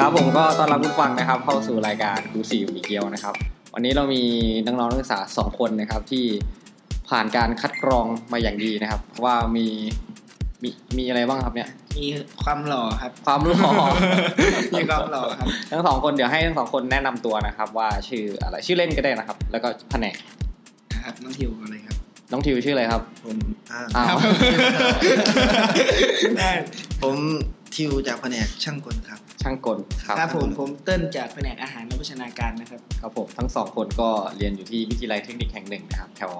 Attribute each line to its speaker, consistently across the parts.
Speaker 1: รับผู้ฟังนะครับ เข้าสู่รายการครูสี่หมีเกียวนะครับ วันนี้เรามีน้องๆนักศึกษาสองคนนะครับที่ผ่านการคัดกรองมาอย่างดีนะครับ ว่ามีมีมีอะไรบ้างครับเนี่ย
Speaker 2: มีความหล่อครับ
Speaker 1: ความหล่อ
Speaker 2: มีความหล่อครับ
Speaker 1: ทั้งสองคนเดี๋ยวให้ทั้งสองคนแนะนำตัวนะครับ ว่าชื่ออะไรชื่อเล่นก็ได้นะครับ แล้วก็แผนก
Speaker 2: นะครับน้องทิวอะไรครับ
Speaker 1: น้องทิวชื่ออะไรครับ
Speaker 3: ผมอ่า
Speaker 1: อ้าว
Speaker 2: ได้
Speaker 3: ผมทิวจากแผนกช่างกลครับ
Speaker 1: ช่างกลครับ
Speaker 2: ครับผมผมเติ้ลจากแผนกอาหารและโภชนาการนะครับ
Speaker 1: ครับผมทั้งสองคนก็เรียนอยู่ที่วิทยาลัยเทคนิคแห่งหนึ่งนะครับแถว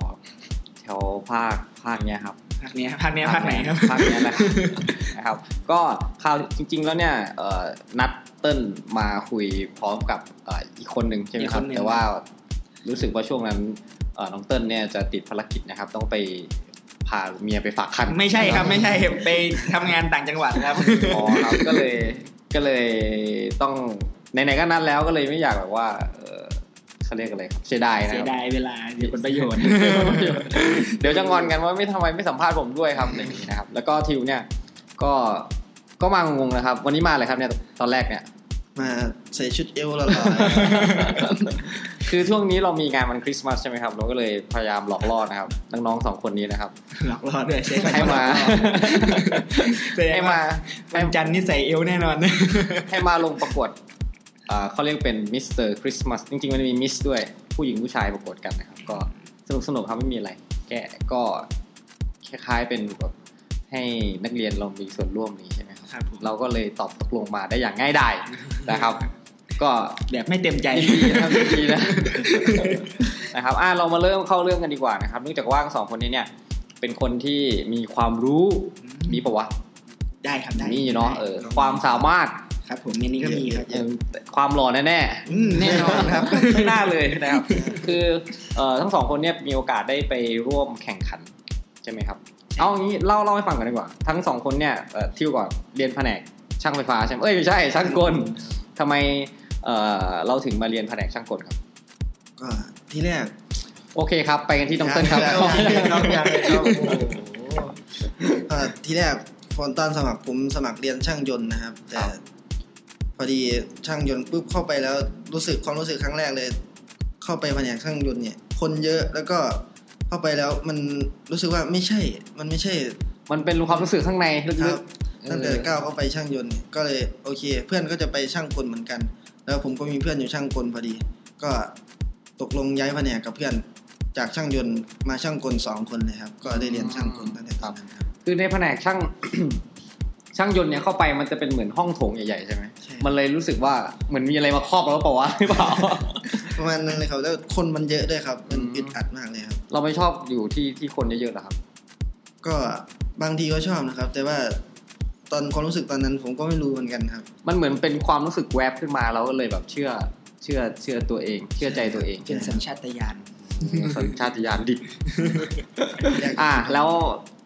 Speaker 1: แถวภาคภาคเนี้ยครับ
Speaker 2: ภาคเนี้ยภาคเนี้ยภาคไหนครับ
Speaker 1: ภาคเนี้ยนะครับ นะครับ ก็คราวจริง ๆ แล้วเนี่ยเอ่อนัดเติ้ลมาคุยพร้อมกับเอ่ออีกคนหนึ่งใช่ไหม
Speaker 2: อีก
Speaker 1: ค
Speaker 2: ครับ นหนึ่ง
Speaker 1: แต่ว่ารู้สึกว่าช่วงนั้นเอ่อน้องเติ้ลเนี่ยจะติดภารกิจนะครับ ต้องไปพาเมียไปฝากคัน
Speaker 2: ไม่ใช่ครับไม่ใช่ไปทำงานต่างจังหวัดครับ
Speaker 1: อ๋อครับก็เลยก็เลยต้องไหนๆก็นัดแล้วก็เลยไม่อยากแบบว่าเอ่อเขาเรียกอะไรครับเสียดายนะ
Speaker 2: เสี
Speaker 1: ค
Speaker 2: ย
Speaker 1: รับ
Speaker 2: ดายเวลาเสียผลประโยชน์
Speaker 1: เดี๋ยวจะงอนกันว่าไม่ทำไมไม่สัมภาษณ์ผมด้วยครับอะไรอย่างนี้นะครับ แล้วก็ทิวเนี่ยก็ก็มางงๆนะครับ วันนี้มาอะไรครับเนี่ยตอนแรกเนี่ย
Speaker 3: มาใส่ชุดเอวละลาย
Speaker 1: คือช่วงนี้เรามีงานวันคริสต์มาสใช่ไหมครับเราก็เลยพยายามหลอกล่อนะครับน้องๆสองคนนี้นะครับ
Speaker 2: หลอกล่อด้วยใช่
Speaker 1: ให้ มา ให้
Speaker 2: ให้
Speaker 1: มา
Speaker 2: มาวันจันทร์นี่ใส่เอวแน่น อน
Speaker 1: ให้มาลงประกวดอ่าเขาเรียกเป็นมิสเตอร์คริสต์มาสจริงๆมันมีมิสด้วย ผู้หญิงผู้ชายประกวดกันนะครับ ก็สนุกๆครับไม่มีอะไรแกก็คล้ายๆเป็นแบบให้นักเรียนเรามีส่วนร่วมนี้ใช่ไหมครับ
Speaker 2: ครับผม
Speaker 1: เราก็เลยตอบตกลงมาได้อย่างง่ายดายนะครับ ก็
Speaker 2: แบบไม่เต็มใจ
Speaker 1: ดีนะครับดีนะ นะครับอ่ะเรามาเริ่มเข้าเรื่องกันดีกว่านะครับเนื่องจากว่าสองคนนี้เนี่ย เป็นคนที่มีความรู้มีปะวะ
Speaker 2: ได้ครับได้
Speaker 1: มีอยู่เนาะเออ
Speaker 3: ได้
Speaker 1: ความสามารถ
Speaker 2: ครับ ผมอันนี้ก็มีครับ
Speaker 1: เออความหล่อแน่
Speaker 2: อืมแน่นอนครับ
Speaker 1: ๆ ไม่น่าเลยนะครับ คือเอ่อทั้งสองคนเนี่ยมีโอกาสได้ไปร่วมแข่งขันใช่ไหมครับ เอางี้เล่าเล่าให้ฟังกันดีกว่า ทั้งสองคนเนี่ยเอ่อทิวก่อนเรียนแผนกช่างไฟฟ้าใช่ไหมเอ้ยไม่ใช่ช่างกลทำไมเอ่อเราถึงมาเรียนแผนกช่างกลครับ
Speaker 3: ก็ที่แรก
Speaker 1: โอเคครับ ไปกันที่น้องเติ้ลครับ
Speaker 3: อยากอยากอยากอยากอยากโอ้โหเอ่อที่แรกตอนสมัครผมสมัครเรียนช่างยนต์นะครับ แต่
Speaker 1: ครับ
Speaker 3: พอดีช่างยนต์ปุ๊บเข้าไปแล้วรู้สึกความรู้สึกครั้งแรกเลย เข้าไปแผนกช่างยนต์เนี่ย คนเยอะแล้วก็เข้าไปแล้วมันรู้สึกว่าไม่ใช่ มันไม่ใช่
Speaker 1: มันเป็นความรู้สึกข้างใน
Speaker 3: ค
Speaker 1: ลึ
Speaker 3: รั
Speaker 1: ก
Speaker 3: บ
Speaker 1: ๆ
Speaker 3: ตั้งแต่ก้าวเข้าไปช่างยนต์เนี่ยก็เลยโอเค เพื่อนก็จะไปช่างกลเหมือนกัน แล้วผมก็มีเพื่อนอยู่ช่างกลพอดี ก็ตกลงย้ายแผนกกับเพื่อนจากช่างยนต์มาช่างกลสองคนเลยครับ ก็ได้เรียนช่างกลตั้งแต่ตอนนั้นครับ
Speaker 1: คือในแผนกช่าง ช่างยนต์เนี่ยเข้าไปมันจะเป็นเหมือนห้องโถงใหญ่ๆใช่ไหม
Speaker 3: ใช่
Speaker 1: มันเลยรู้สึกว่าเหมือนมีอะไรมาครอบเราหรือเปล่าวะ หรือเปล่า
Speaker 3: ประมาณนั้นเลยครับแล้วคนมันเยอะด้วยครับ มัน
Speaker 1: อืม
Speaker 3: อึดอัดมากเลยครับ
Speaker 1: เราไม่ชอบอยู่ที่ที่คนเยอะๆหรอครับ
Speaker 3: ก็บางทีก็ชอบนะครับ แต่ว่าตอนความรู้สึกตอนนั้นผมก็ไม่รู้เหมือนกันครับ
Speaker 1: มันเหมือนเป็นความรู้สึกแวบขึ้นมาเราก็เลยแบบเชื่อเชื่อเชื่อตัวเอง เชื่อใจตัวเอง
Speaker 2: เป็นสัญชาตญาณ
Speaker 1: สัญชาตญาณดิบ อ่า แล้ว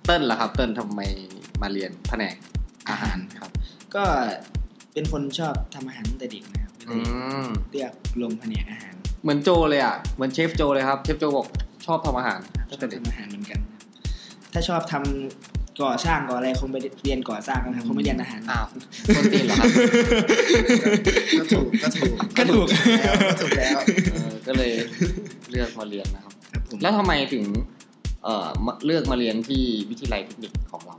Speaker 1: เติ้ลล่ะครับ เติ้ลทำไมมาเรียนแผนกอาหารครับ
Speaker 2: ก็เป็นคนชอบทำอาหารตั้งแต่เด็กนะครับก็เล
Speaker 1: อื
Speaker 2: ย
Speaker 1: ม
Speaker 2: เลือกลงแผนกอาหาร
Speaker 1: เหมือนโจเลยอ่ะ เหมือนเชฟโจเลยครับ เชฟโจบอกชอบทำอาหาร
Speaker 2: ชอบทำอาหารเหมือนกันครับถ้าชอบทำก่อสร้างก่ออะไรคงไปเรียนก่อสร้างนะครับคงไม่เรียนอาหาร
Speaker 1: อ้าวคนตีนเหรอครับ
Speaker 3: ก็ถูกก็ถูก
Speaker 2: ก็ถูก
Speaker 3: แล้วก็ถูกแล้ว
Speaker 1: เออก็เลยเลือกมาเรียนนะครับ
Speaker 2: ครับผม
Speaker 1: แล้วทำไมถึง เอ่อมาเลือกมาเรียนที่วิทยาลัยเทคนิคของเรา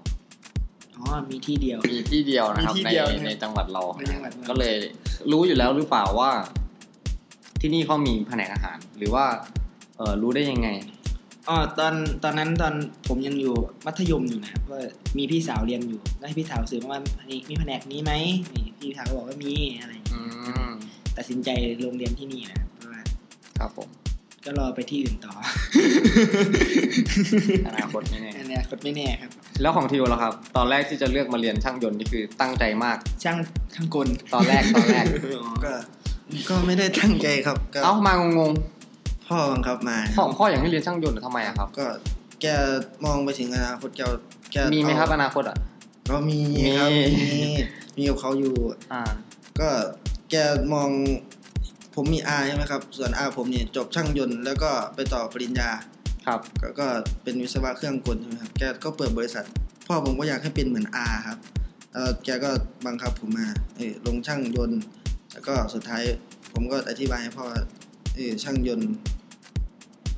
Speaker 2: อ๋อมีที่เดียว
Speaker 1: มีที่เดียวนะครับ
Speaker 2: มี
Speaker 1: ใน
Speaker 2: ที่เดียวนะครับ
Speaker 1: ในจังหวัดเรา
Speaker 2: ในจังหวัดเรา
Speaker 1: ก็เลยรู้อยู่แล้วหรือเปล่าว่า ที่นี่เขามีแผนกอาหาร หรือว่า เออรู้ได้ยังไง
Speaker 2: อ๋อตอนตอนนั้นตอนผมยังอยู่มัธยมอยู่นะครับก็มีพี่สาวเรียนอยู่ก็ให้พี่สาวซื้อมาว่านี่มีแผนกนี้ไหมนี่พี่สาวก็บอกว่ามีอะไรอย่างเงี้ย
Speaker 1: อืม
Speaker 2: ตัดสินใจลงเรียนที่นี่นะครับเพราะว่า
Speaker 1: ครับผม
Speaker 2: ก็รอไปที่อื่นต่อ
Speaker 1: อนาคตไม่แน่
Speaker 2: อนาคตไม่แน่ครับ
Speaker 1: แล้วของทิวล่ะครับ ตอนแรกที่จะเลือกมาเรียนช่างยนต์นี่คือตั้งใจมาก
Speaker 2: ช่างช่างกล
Speaker 1: ตอนแรกตอนแร ก
Speaker 3: ก็ก็ไม่ได้ตั้งใจครับก็
Speaker 1: เอ้ามางง
Speaker 3: พ่อบังคับมาครับ
Speaker 1: ๆพ่อพ่ออยากให้เรียนช่างยนต์เหรอทำไมอะครับ
Speaker 3: ก็แกมองไปถึงอนาคตแกแก
Speaker 1: มีไหมครับอ
Speaker 3: เอา
Speaker 1: นาคตอ่ะ
Speaker 3: ก็มี
Speaker 1: มี
Speaker 3: ครับมีมีกับเขาอยู่
Speaker 1: อ่า
Speaker 3: ก็แกมองผมมีอาใช่ไหมครับ ส่วนอาผมเนี่ยจบช่างยนต์แล้วก็ไปต่อปริญญา
Speaker 1: ครับ
Speaker 3: ก็ก็เป็นวิศวะเครื่องกลใช่ไหมครับแกก็เปิดบริษัท พ่อผมก็อยากให้เป็นเหมือนอาครับเออแกก็บังคับผมมาเออลงช่างยนต์ แล้วก็สุดท้ายผมก็อธิบายให้พ่อว่าเออช่างยนต์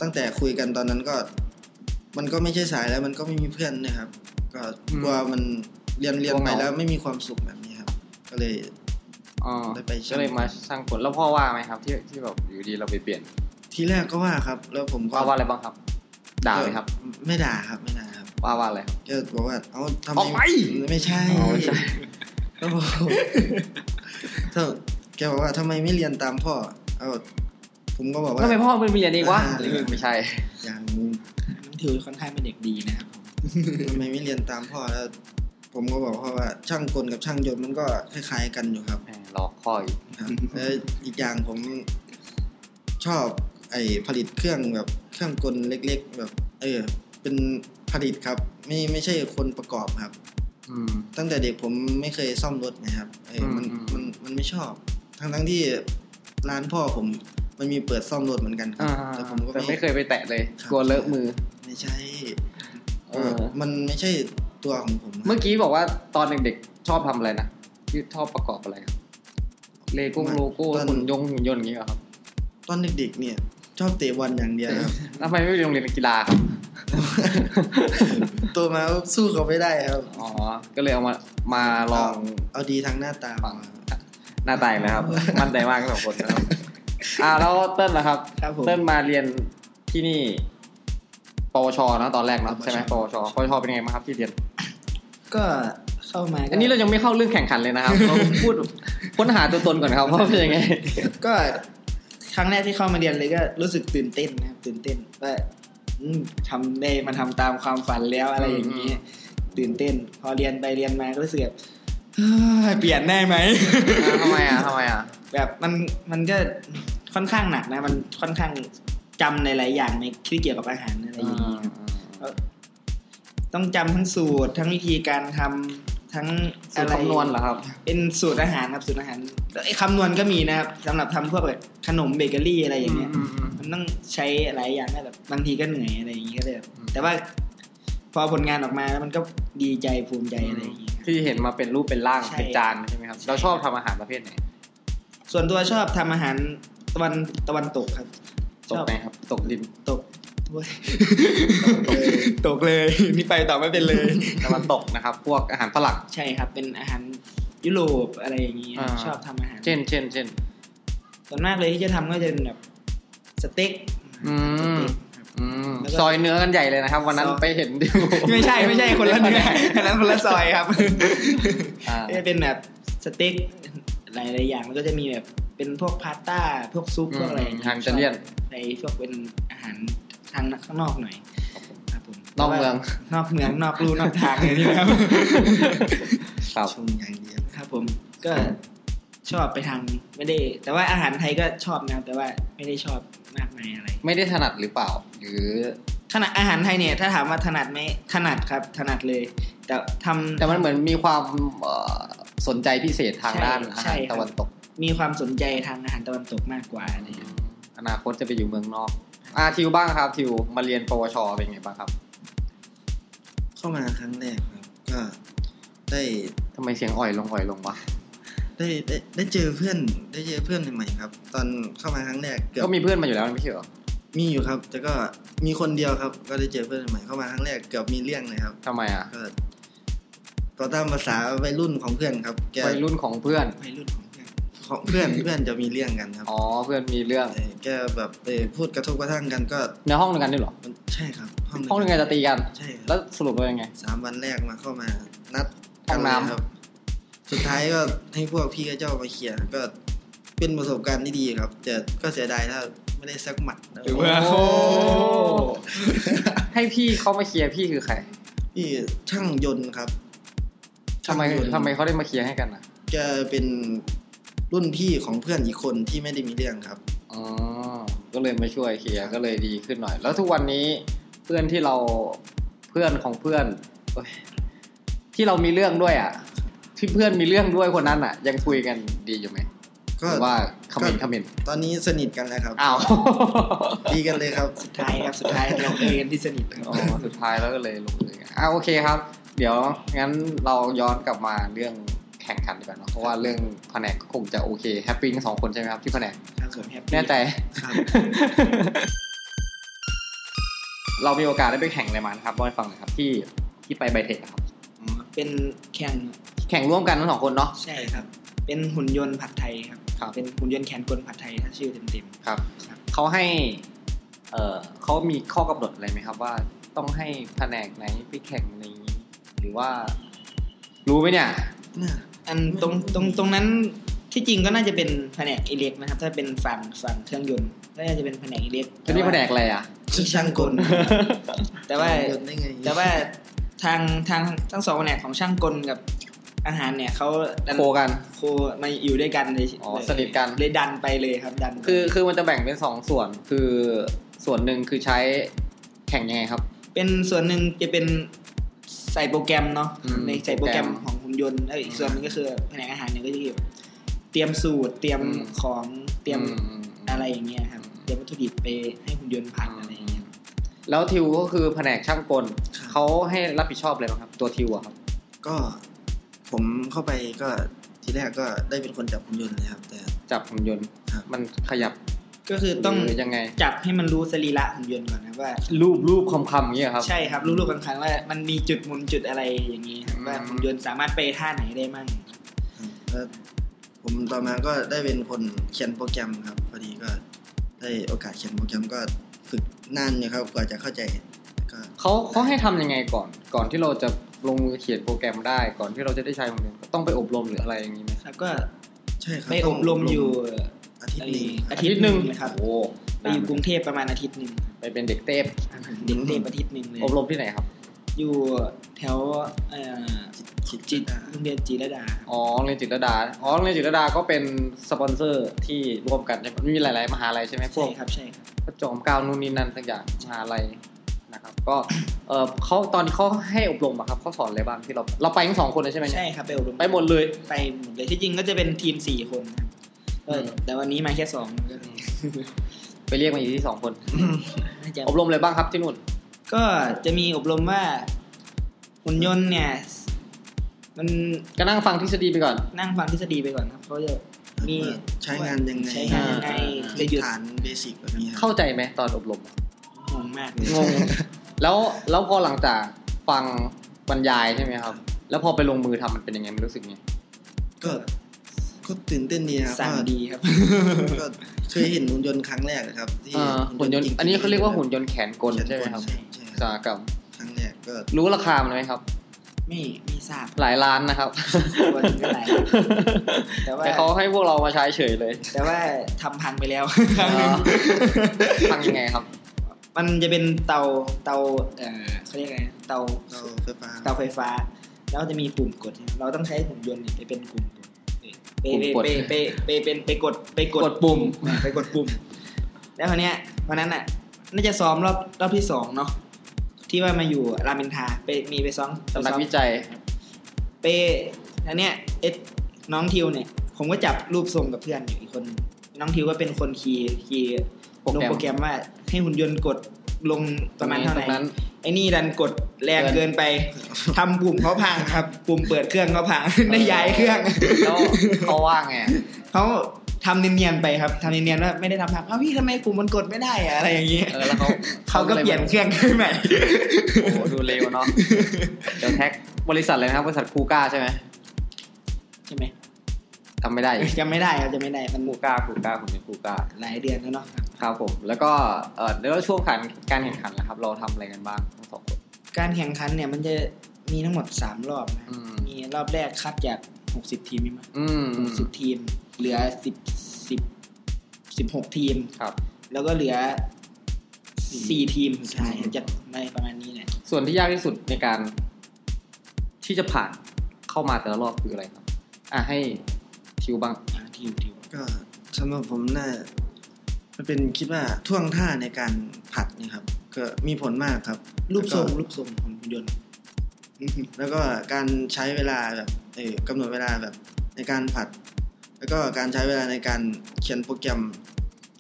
Speaker 3: ตั้งแต่คุยกันตอนนั้นก็ มันก็ไม่ใช่สายแล้ว มันก็ไม่มีเพื่อนนะครับ ก็กลัวมันเรียนเรียนไปแล้วไม่มีความสุขแบบนี้ครับ ก็เลย
Speaker 1: อ๋อ
Speaker 3: ได้ไปช่าง
Speaker 1: ก็เลยมาช่างผลแล้วพ่อว่าไหมครับที่ที่แบบอยู่ดีเราไปเปลี่ยน
Speaker 3: ทีแรกก็ว่าครับ แล้วผมก็
Speaker 1: ว่าว่าอะไรบ้างครับ ด่าไหมครับ
Speaker 3: ไม่ด่าครับไม่ด่าครับ
Speaker 1: ว่าว่าอะไรครับ
Speaker 3: ก็บอกว่า เอาทำ
Speaker 1: ออกไป
Speaker 3: ไม่ใช่
Speaker 1: อ๋อไม่ใช่
Speaker 3: แล้วบอกถ้าแกบอกว่าทำไมไม่เรียนตามพ่อ เอาผมก็บอกว่า
Speaker 1: ทำไมพ่อมันไปเรียนเองวะ
Speaker 3: อ่า
Speaker 1: หรือไม่ใช่
Speaker 3: อย่าง
Speaker 2: น้องทิวค่อนข้างเป็นเด็กดีนะครับผม
Speaker 3: ทำไมไม่เรียนตามพ่อแล้ว ผมก็บอกพ่อว่า ช่างกลกับช่างยนต์มันก็คล้ายๆกันอยู่ครับ
Speaker 1: หลอกพ่ออีก
Speaker 3: ครับแล้วอีกอย่างผมชอบ ไอ้ผลิตเครื่องแบบเครื่องกลเล็ก ๆ แบบ เออ เป็นผลิตครับ ไม่ไม่ใช่คนประกอบครับ
Speaker 1: อืม
Speaker 3: ตั้งแต่เด็กผมไม่เคยซ่อมรถนะครับเออมัน
Speaker 1: อืมอืม
Speaker 3: มันมันไม่ชอบ ทั้งทั้งๆที่ร้านพ่อผมมันมีเปิดซ่อมรถเหมือนกันครั
Speaker 1: อ่า
Speaker 3: บแต่ผมก็
Speaker 1: แต่
Speaker 3: ไม่
Speaker 1: ไม่เคยไปแตะเลย
Speaker 3: ครับ
Speaker 1: กลัวเลอะมือ
Speaker 3: ไม่ใช่
Speaker 1: เออ
Speaker 3: มันไม่ใช่ตัวของผมครับ
Speaker 1: เมื่อกี้บอกว่าตอนเด็กๆชอบทำอะไรนะที่ชอบประกอบอะไรครับเลโก้โลโก้หุ่นยงหุ่นยนต์อย่างเงี้ยเหรอครับ
Speaker 3: ตอนเด็กๆเนี่ย ชอบเตะบอลอย่างเดียวครับ
Speaker 1: ทำไมไม่ไปโรงเรียนกีฬา ครับ
Speaker 3: ตัวมาสู้เขาไม่ได้ครับ
Speaker 1: อ๋อ ก็เลยเอามามาลอง
Speaker 3: เอาดีทางหน้าตา
Speaker 1: ฟังหน้าตายเลยครับ มั่นใจมากทั้งสองคนนะครับอ่าแล้วเติ้ลล่ะครับ
Speaker 2: ครับผม
Speaker 1: เติ้ลมาเรียนที่นี่ ปวชนะตอนแรกเนอะใช่ไหมปวชปวชเป็นไงบ้างครับที่เรียน
Speaker 2: ก็เข้ามาก็
Speaker 1: อันนี้เรายังไม่เข้าเรื่องแข่งขันเลย นะครับ เราพูดค้นหาตัวตนก่อนครับว่าเป็นยังไง
Speaker 2: ก็ ครั้งแรกที่เข้ามาเรียนเลยก็รู้สึกตื่นเต้นนะครับตื่นเต้นว่าอืมทำได้มาทำตามความฝันแล้วอะไรอย่างนี้
Speaker 1: อืม
Speaker 2: ตื่นเต้น พอเรียนไปเรียนมาก็รู้สึกแบบเฮ้ยเปลี่ยน ได้ไหม
Speaker 1: อ่าทำไมอ่ะทำไมอ่ะ
Speaker 2: แบบมันมันก็ค่อนข้างหนักนะ มันค่อนข้างจำหลายๆอย่างในที่เกี่ยวกับอาหารอะไรอย่างนี้ครับต้องจำทั้งสูตร ทั้งวิธีการทำทั้ง
Speaker 1: สู
Speaker 2: อะ
Speaker 1: ตร
Speaker 2: ไร
Speaker 1: คำนวณเหรอครับ
Speaker 2: เป็นสูตรอาหารครับสูตรอาหารไอ้คำนวณก็มีนะครับสำหรับทำพวกแบบขนมเบเกอรี่อะไรอย่างเงี้ย มันต้องใช้หลายอย่างนะแบบบางทีก็เหนื่อยอะไรอย่างเงี้ยก็เลยแบบ
Speaker 1: อืม
Speaker 2: แต่ว่าพอผลงานออกมาแล้วมันก็ดีใจภูมิใจอะไรอย่างเงี้ยครับ
Speaker 1: ที่เห็นมาเป็นรูปเป็นร่าง
Speaker 2: ใช่
Speaker 1: เป็นจานใช่ไหมครับ
Speaker 2: ใช่
Speaker 1: เราชอบทำอาหารประเภทไหน
Speaker 2: ส่วนตัวชอบทำอาหารตะวันตะวันตกครับ
Speaker 1: ตก
Speaker 2: ชอบ
Speaker 1: ไหนครับ ตกดิน
Speaker 2: ตกด้วยตกเลย นี่ไปต่อไม่เป็นเลย
Speaker 1: ตะวันตกนะครับ พวกอาหารฝรั่ง
Speaker 2: ใช่ครับ เป็นอาหารยุโรปอะไรอย่างนี้
Speaker 1: อ่า
Speaker 2: ชอบทำอาหาร
Speaker 1: เช่นเช่นเช่น
Speaker 2: ส่วนมากเลยที่จะทำก็จะเป็นแบบสเต็ก
Speaker 1: อืมอืม
Speaker 2: แล้วก็
Speaker 1: ซอยเนื้อกันใหญ่เลยนะครับ วันนั้น
Speaker 2: ซอย
Speaker 1: ไปเห็นดิว
Speaker 2: ไม่ใช่ไม่ใช่คนละเนื้ออันนั้นคนละซอย ครับ
Speaker 1: อ่า
Speaker 2: ก็จะเป็นแบบสเต็กหลายๆอย่างแล้วก็จะมีแบบเป็นพวกพาสต้าพวกซุป
Speaker 1: อืม
Speaker 2: พวกอะไรอย่งงี้
Speaker 1: ทางอิตาเลียน
Speaker 2: ชอบไปพวกเป็นอาหารทางข้างนอกหน่อยครับผม
Speaker 1: นอกเมือง
Speaker 2: นอกเมืองนอกรูนอกทางเลยนี่ นะครับ
Speaker 1: ครับ
Speaker 3: ชมอย่างเดียว
Speaker 2: ครับผมก็ชอบไปทางไม่ได้ แต่ว่าอาหารไทยก็ชอบนะแต่ว่าไม่ได้ชอบมากมายอะไร
Speaker 1: ไม่ได้ถนัดหรือเปล่า หรือ
Speaker 2: ขนาดอาหารไทยเนี่ย ถ้าถามว่าถนัดไหมถนัดครับ ถนัดเลย แต่ทำ
Speaker 1: แต่มันเหมือนมีความเอ่อสนใจพิเศษทาง
Speaker 2: ใช่
Speaker 1: ด้านอา
Speaker 2: ใช่
Speaker 1: หาร
Speaker 2: ครับ
Speaker 1: ตะวันตก
Speaker 2: มีความสนใจทางอาหารตะวันตกมากกว่าอะไรอย่างเงี้ย
Speaker 1: อนาคตจะไปอยู่เมืองนอกอาทิวบ้างครับทิวมาเรียนปวชเป็นไงบ้างครับ
Speaker 3: เข้ามาครั้งแรกครับ ก็ได้
Speaker 1: ทำไมเสียงอ่อยลงอ่อยลงวะ
Speaker 3: ได้ได้ได้เจอเพื่อนได้เจอเพื่อนใหม่ๆครับ ตอนเข้ามาครั้งแรกเกือบ
Speaker 1: ก็มีเพื่อนมาอยู่แล้วไม่ใช่เหรอ
Speaker 3: มีอยู่ครับ แต่ก็มีคนเดียวครับ ก็ได้เจอเพื่อนใหม่เข้ามาครั้งแรกเกือบมีเรื่องเลยครับ
Speaker 1: ทำไมอ่ะ
Speaker 3: ก็ก็ตามภาษาวัยรุ่นของเพื่อนครับ แก
Speaker 1: วัยรุ่นของเพื่อน
Speaker 2: วัยรุ่นของเพื่อน
Speaker 3: ของเพื่อนเพื่อนจะมีเรื่องกันครับ
Speaker 1: อ๋อเพื่อนมีเรื่อง
Speaker 3: เออแกแบบเออพูดกระทบกระทั่งกันก็
Speaker 1: ในห้องเดียวกันด้วยเหรอ
Speaker 3: มันใช่ครับ
Speaker 1: ห้องเดียวกันจะตีกัน
Speaker 3: ใช่ครับ
Speaker 1: แล้วสรุปว่ายังไง
Speaker 3: สามวันแรกมาเข้ามานัด
Speaker 1: ห้องน้ำ
Speaker 3: กัเลยครับ สุดท้ายก็ให้พวกพี่กับเจ้ามาเคลียร์ก็เป็นประสบการณ์ที่ดีครับ แต่ก็เสียดายถ้าไม่ได้สักหมัดนะ
Speaker 2: หรือว่าโอ้
Speaker 1: ให้พี่เขามาเคลียร์พี่คือใคร
Speaker 3: พี่ช่างยนต์ครับ
Speaker 1: ทำไม
Speaker 3: ช่างยนต์
Speaker 1: ทำไมเขาได้มาเคลียร์ให้กันอ่ะ
Speaker 3: แกเป็นรุ่นพี่ของเพื่อนอีกคนที่ไม่ได้มีเรื่องครับ
Speaker 1: อ๋อก็เลยมาช่วยเคลียร์ก็เลยดีขึ้นหน่อย แล้วทุกวันนี้เพื่อนที่เราเพื่อนของเพื่อนเอ้ยที่เรามีเรื่องด้วยอ่ะ ที่เพื่อนมีเรื่องด้วยคนนั้นอ่ะ ยังคุยกันดีอยู่ไหม
Speaker 3: ก็
Speaker 1: หรือว่าคอมเมนต์คอมเมนต์
Speaker 3: ตอนนี้สนิทกันแล้วครับ
Speaker 1: อ้าว
Speaker 3: ดีกันเลยครับ
Speaker 2: สุดท้ายครับสุดท้ายเราเจอกันที่สนิทครับ
Speaker 1: อ๋อสุดท้ายแล้วก็เลยลงเลยอ้าวโอเคครับ เดี๋ยวงั้นเราย้อนกลับมาเรื่องแข แข่งขันดีกว่าเนอะเพราะว่าเรื่องแผนกก็คงจะโอเคแฮปปี้ทั้งสองคนใช่ไหมครับที่แผนก
Speaker 2: ครับผมแฮปปี้
Speaker 1: แน่ใจ
Speaker 2: ครับ
Speaker 1: เรามีโอกาสได้ไปแข่งอะไรมานะครับเล่าให้ฟังหน่อยครับที่ที่ไปไบเทคครับ
Speaker 2: อ๋อเป็นแข่ง
Speaker 1: แข่งร่วมกันทั้งสองคนเนาะ
Speaker 2: ใช่ครับ เป็นหุ่นยนต์ผัดไทยครับ
Speaker 1: ครับ
Speaker 2: เป็นหุ่นยนต์แขนกลผัดไทยถ้าชื่อเต็ม
Speaker 1: ครับ
Speaker 2: ๆครับ
Speaker 1: เขาให้ เออเขามีข้อกำหนดอะไรไหมครับ ว่าต้องให้แผนกไหนไปแข่งในนี้ หรือว่า รู้ไหมเนี่ย
Speaker 3: น่ะ
Speaker 2: อันตรงตรงตรงนั้นที่จริงก็น่าจะเป็นแผนกอิเล็กนะครับ ถ้าเป็นฝั่งฝั่งเครื่องยนต์ก็น่าจะเป็นแผนกอิเล็ก
Speaker 1: จะนี่แผนกอะไรอ่ะ
Speaker 3: ชื่อช่างกล
Speaker 2: แต่ว่า
Speaker 3: ช่างยนต์ได้ไง
Speaker 2: แต่ว่าทางทางทั้งสองแผนกของช่างกลกับอาหารเนี่ยเขาดัน
Speaker 1: โคกัน
Speaker 2: โคมาอยู่ด้วยกันเลย
Speaker 1: อ๋อสนิทกัน
Speaker 2: เลยดันไปเลยครับดันไป
Speaker 1: คือคือมันจะแบ่งเป็นสองส่วน คือส่วนหนึ่งคือใช้แข่งยังไงครับ
Speaker 2: เป็นส่วนหนึ่งจะเป็นใส่โปรแกรมเนาะ
Speaker 1: อืม
Speaker 2: ในใส่โปรแกรม
Speaker 1: โปรแกรม
Speaker 2: ของหุ่นยนต์แล้วอีก
Speaker 1: อืม
Speaker 2: ส่วนหนึงก็คือแผนกอาหารเนี่ยก็จะแบบเตรียมสูตรเตรียม
Speaker 1: อืม
Speaker 2: ของเตรียม
Speaker 1: อืม
Speaker 2: อะไรอย่างเงี้ยครับ
Speaker 1: อืม
Speaker 2: เตรียมวัตถุดิบไปให้หุ่นยนต์ผ่านอะไรอย่างเงี้ย
Speaker 1: แล้วทิวก็คือแผนกช่างกล
Speaker 3: ครับ
Speaker 1: เขาให้รับผิดชอบอะไรบ้างครับ ตัวทิวอะครับ
Speaker 3: ก็ผมเข้าไปก็ทีแรกก็ได้เป็นคนจับหุ่นยนต์นะครับ แต่
Speaker 1: จับหุ่นยนต์
Speaker 3: ครับ
Speaker 1: มันขยับ
Speaker 2: ก็คือต้อง
Speaker 1: หรืยังไง
Speaker 2: จับให้มันรู้สรีระหุ่นยนต์ก่อนนะว่า
Speaker 1: รูปรูปคำคำอย่างเงี้ยครับ
Speaker 2: ใช่ครับ รู้ๆกันครั้งว่ามันมีจุดหมุนจุดอะไรอย่างนี้ครับ
Speaker 1: อืม
Speaker 2: ว่าหุ่นยนต์สามารถไปท่าไหนได้มั่ง
Speaker 3: แล้วผมต่อมาก็ได้เป็นคนเขียนโปรแกรมครับพอดีก็ได้โอกาสเขียนโปรแกรมก็ฝึกนานอยู่ครับกว่าจะเข้าใจก็
Speaker 1: เขาเขาให้ทำยังไงก่อน ก่อนที่เราจะลงมือเขียนโปรแกรมได้ ก่อนที่เราจะได้ใช้หุ่นยนต์ต้องไปอบรมหรืออะไรอย่างนี้ไหม
Speaker 2: ครับก็
Speaker 3: ใช่ครับ
Speaker 2: ไป
Speaker 3: ต้
Speaker 2: อง บรมอยู่
Speaker 3: อาทิตย์หนึงครั
Speaker 2: อา
Speaker 3: บ
Speaker 2: ทิตย์หนึ่ง
Speaker 1: นะ
Speaker 2: นะครับ
Speaker 1: โอ้
Speaker 2: ไปอยู่กรุงเทพประมาณอาทิตย์หนึ่ง
Speaker 1: ไปเป็นเด็กเทพ
Speaker 2: ครับเด็กเทพอาทิตย์หนึ่งเลย
Speaker 1: อบรมที่ไหนครับ
Speaker 2: อยู่แถวเอ่อ
Speaker 3: คิด
Speaker 2: จิ
Speaker 3: จิ
Speaker 2: ต
Speaker 3: ต
Speaker 2: โรงเรียนจีรดาครับ
Speaker 1: อ๋อโรงเรียนจิตรลดา อ๋อโรงเรียนจิตรลดาก็เป็นสปอนเซอร์ที่ร่วมกันใช่ไหมมีหลาย ๆ มหาลัยใช่ไหมพว
Speaker 2: ใช่
Speaker 1: ก
Speaker 2: ครับใช่ครับ
Speaker 1: พระจอมเกล้านู่นนี่นั่นสักอย่างมหาลัยนะครับ ก็เออเขาตอนที่เขาให้อบรมอะครับเขาสอนอะไรบ้างที่เราเราไปทั้งสองคนเลยใช่ไหมเนี่
Speaker 2: ใช่
Speaker 1: ย
Speaker 2: ครับไปอบรม
Speaker 1: ไปหมดเลย
Speaker 2: ไปหมดเลยที่จริงก็จะเป็นทีมสี่คนครับก็
Speaker 1: อืม
Speaker 2: แต่วันนี้มาแค่สองก็
Speaker 1: ไปเรียกมาอีกที่สองคน
Speaker 2: น่าจะ
Speaker 1: อบรมอะไรบ้างครับที่นู่น
Speaker 2: ก็จะมีอบรมว่าหุ่นยนต์เนี่ย มัน
Speaker 1: ก็นั่งฟังทฤษฎีไปก่อน
Speaker 2: นั่งฟังทฤษฎีไปก่อนครับเขาจะมี
Speaker 3: ใช้งานยังไง
Speaker 2: ใช้งานยังไง
Speaker 3: จะหยุดฐานเบสิกแบบนี้ครับ
Speaker 1: เข้าใจไหมตอนอบรมอะ
Speaker 2: งงมากเลย
Speaker 1: งง แล้วแล้วพอหลังจากฟังบรรยายใช่ไหมครับ แล้วพอไปลงมือทำมันเป็นยังไงมันรู้สึกไง
Speaker 3: ก็ก็ตื่นเต้นดีนะครับ
Speaker 2: สั่ง
Speaker 3: ก็
Speaker 2: ดีครับ
Speaker 3: ก็เคยเห็นหุ่นยนต์ครั้งแรกนะครับที่
Speaker 1: เอ่อหุ่นยนต์
Speaker 3: จงๆ
Speaker 1: อันนี้เขาเรียกว่าหุ่นยนต์แขนกลใช่ไหมครับ
Speaker 3: ใช่ใช่
Speaker 1: อุต
Speaker 3: ครั
Speaker 1: สา
Speaker 3: บ
Speaker 1: หกรรม
Speaker 3: ครั้งแรกก็
Speaker 1: รู้ราคามันไหมครับ
Speaker 2: ไม่ไม่ทราบ
Speaker 1: หลายล้านนะครับ
Speaker 2: ว่าถึงเท่าไหร่แต่ว่า
Speaker 1: แต่เขาให้พวกเรามาใช้เฉยเลย
Speaker 2: แต่ว่าทำพังไปแล้วครั้งหนึง
Speaker 1: ทำยังไงครับ
Speaker 2: มันจะเป็นเตาเตาเอ่อเขาเรียกไงเตา
Speaker 3: เราไฟฟ้า
Speaker 2: เตาไฟฟ้า แล้วจะมีปุ่มกดเนี่ยเราต้องใช้หุ่นยนต์เนี่ยไปเป็นกลุ่มกดไปไปไปไปไปเป็นไปกดไปกด
Speaker 1: กดปุ่ม
Speaker 2: ไปกดปุ่ม แล้วคราวเนี้ยวันนั้นน่ะ น่าจะซ้อมรอบรอบที่สองเนาะที่ว่ามาอยู่รามอินทราไปมีไปซ้อม
Speaker 1: สำนัก
Speaker 2: ไปซ้อม
Speaker 1: วิจัย
Speaker 2: ไปอันเนี้ยเอ็ดน้องทิวเนี่ย ผมก็จับรูปทรงกับเพื่อนอยู่อีกคนหนึ่งน้องทิวก็เป็นคนคีย์คีย์
Speaker 1: โปร
Speaker 2: ล
Speaker 1: แกร
Speaker 2: ง
Speaker 1: ม
Speaker 2: โปรแกรมว่าให้หุ่นยนต์กดลงประมาณเท่าไห
Speaker 1: ตงนั้น
Speaker 2: ร่ไอ้นี่ดันกดแรง
Speaker 1: เกิน
Speaker 2: เกินไป ทำปุ่มเขาพังครับ ปุ่มเปิดเครื่องเขา พัง ได้ย้ายเครื่อง
Speaker 1: แล้วเขาว่าไง
Speaker 2: เขาทำเนียนๆไปครับทำเนียนๆว่าไม่ได้ทำพักเอ้าพี่ทำไมกลุ่มมันกดไม่ได้อะอะไรอย่างนี้
Speaker 1: เออแล้วเขา
Speaker 2: เขาก็เปลี่ยนเครื่องขึ้นใหม่
Speaker 1: โอ้โหดูเร็วเนาะ เดี๋ยวแท็กบริษัทเลยนะครับ บริษัทคูก้าใช่ไหม
Speaker 2: ใช่ไหม
Speaker 1: ทำไม่ได้
Speaker 2: จำไม่ได้ครับจำไม่ได้มัน
Speaker 1: คูก้าคูก้าผมเป็นคูก้า
Speaker 2: หลายเดือนแล้วเนาะครับ
Speaker 1: ครับผม แล้วก็เออแล้วช่วงการการแข่งขันนะครับ เราทำอะไรกันบ้างทั้งสองคน
Speaker 2: การแข่งขันเนี่ยมันจะมีทั้งหมด 3 รอบนะ
Speaker 1: อืม
Speaker 2: มีรอบแรกคัดจาก 60 ทีมใช่ไหม
Speaker 1: อืม
Speaker 2: หกสิบทีม เหลือ 10 10 16 ทีม
Speaker 1: ครับ
Speaker 2: แล้วก็เหลือ 4 ทีมสุดท้ายจะได้ประมาณนี้แหละ
Speaker 1: ส่วนที่ยากที่สุดในการ ที่จะผ่านเข้ามาแต่ละรอบคืออะไรครับ อ่ะให้ทิวบ้าง
Speaker 2: อ่าทีมทีม
Speaker 3: ก็สำหรับผมน่ามันเป็นคิดว่าท่วงท่าในการผัดนะครับ ก็มีผลมากครับ
Speaker 2: รูปทรงรูปทรงของหุ่นยนต์
Speaker 3: แล้วก็การใช้เวลาแบบเออกำหนดเวลาแบบในการผัด แล้วก็การใช้เวลาในการเขียนโปรแกรม